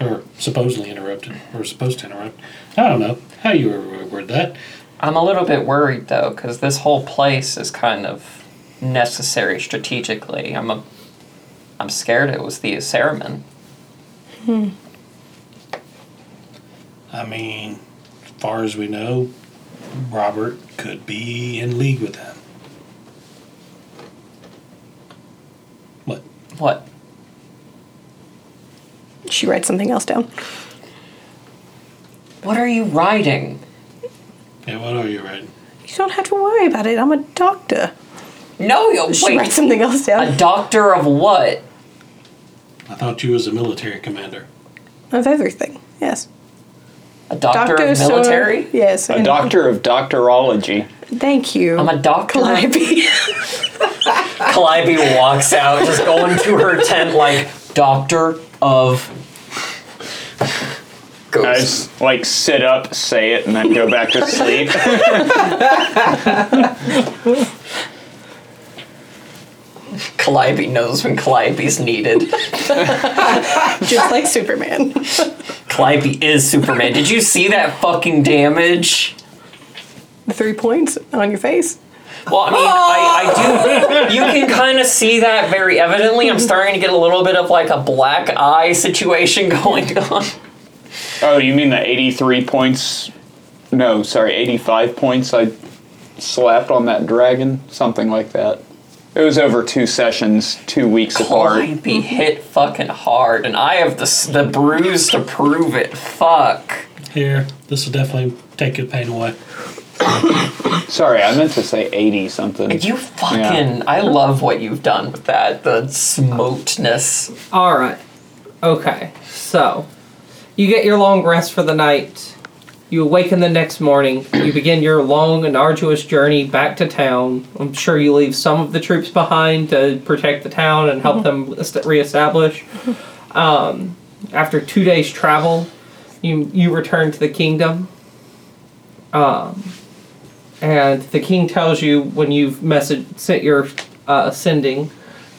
Speaker 4: Or supposedly interrupted, or supposed to interrupt. I don't know how you were word that.
Speaker 9: I'm a little bit worried though, because this whole place is kind of necessary strategically. I'm a, I'm scared it was the Aceramen.
Speaker 8: Hmm.
Speaker 4: I mean, as far as we know, Robert could be in league with them. What?
Speaker 9: What?
Speaker 8: She writes something else down.
Speaker 9: What are you writing?
Speaker 4: Yeah, what are you writing?
Speaker 8: You don't have to worry about it. I'm a doctor.
Speaker 9: No, you
Speaker 8: She
Speaker 9: wait.
Speaker 8: writes something else down.
Speaker 9: A doctor of what?
Speaker 4: I thought you was a military commander.
Speaker 8: of everything. Yes.
Speaker 9: A
Speaker 8: doctor of Doctor, so- military? yes,
Speaker 2: A
Speaker 8: and-
Speaker 2: doctor of doctorology.
Speaker 8: Thank you. I'm
Speaker 9: a doctor.
Speaker 8: Calliope.
Speaker 9: Calliope walks out, just going to her tent like doctor of
Speaker 2: I just like sit up, say it, and then go back to sleep.
Speaker 9: Calliope knows when Calliope's needed.
Speaker 8: Just like Superman.
Speaker 9: Calliope is Superman. Did you see that fucking damage?
Speaker 8: The three points on your face.
Speaker 9: Well, I mean, I, I do. You can kind of see that very evidently. I'm starting to get a little bit of like a black eye situation going on.
Speaker 2: oh, you mean the 83 points? No, sorry, 85 points I slapped on that dragon? Something like that. It was over two sessions, two weeks apart.
Speaker 9: Calliope hit fucking hard, and I have the s- the bruise to prove it. Fuck.
Speaker 4: Here, this will definitely take your pain away.
Speaker 2: Sorry, I meant to say 80 something.
Speaker 9: You fucking. I love what you've done with that. The smotedness.
Speaker 1: All right. Okay. So, you get your long rest for the night. You awaken the next morning. You begin your long and arduous journey back to town. I'm sure you leave some of the troops behind to protect the town and help them est- reestablish. Um, after two days' travel, you you return to the kingdom. Um, and the king tells you when you've message sent your uh, sending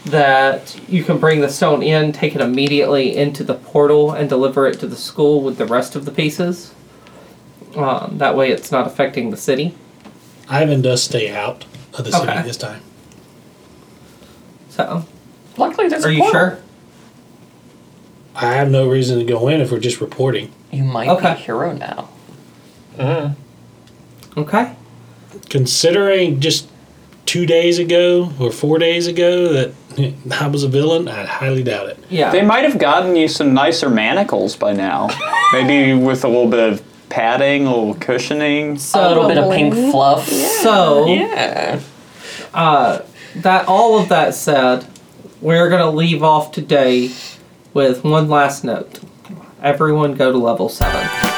Speaker 1: that you can bring the stone in, take it immediately into the portal, and deliver it to the school with the rest of the pieces. Um, that way, it's not affecting the city.
Speaker 4: Ivan does stay out of the
Speaker 1: Okay.
Speaker 4: city this time.
Speaker 1: So,
Speaker 9: Luckily,
Speaker 1: are you sure?
Speaker 4: I have no reason to go in if we're just reporting.
Speaker 9: You might
Speaker 1: be Okay.
Speaker 9: be hero now.
Speaker 1: Okay.
Speaker 4: Considering just two days ago or four days ago that I was a villain, I highly doubt it.
Speaker 1: Yeah.
Speaker 2: They might have gotten you some nicer manacles by now. Maybe with a little bit of padding, a little cushioning.
Speaker 1: So- A little bit of pink
Speaker 9: fluff.
Speaker 1: So,
Speaker 9: yeah.
Speaker 1: Uh, that all of that said, we're gonna leave off today with one last note. Everyone, go to level seven.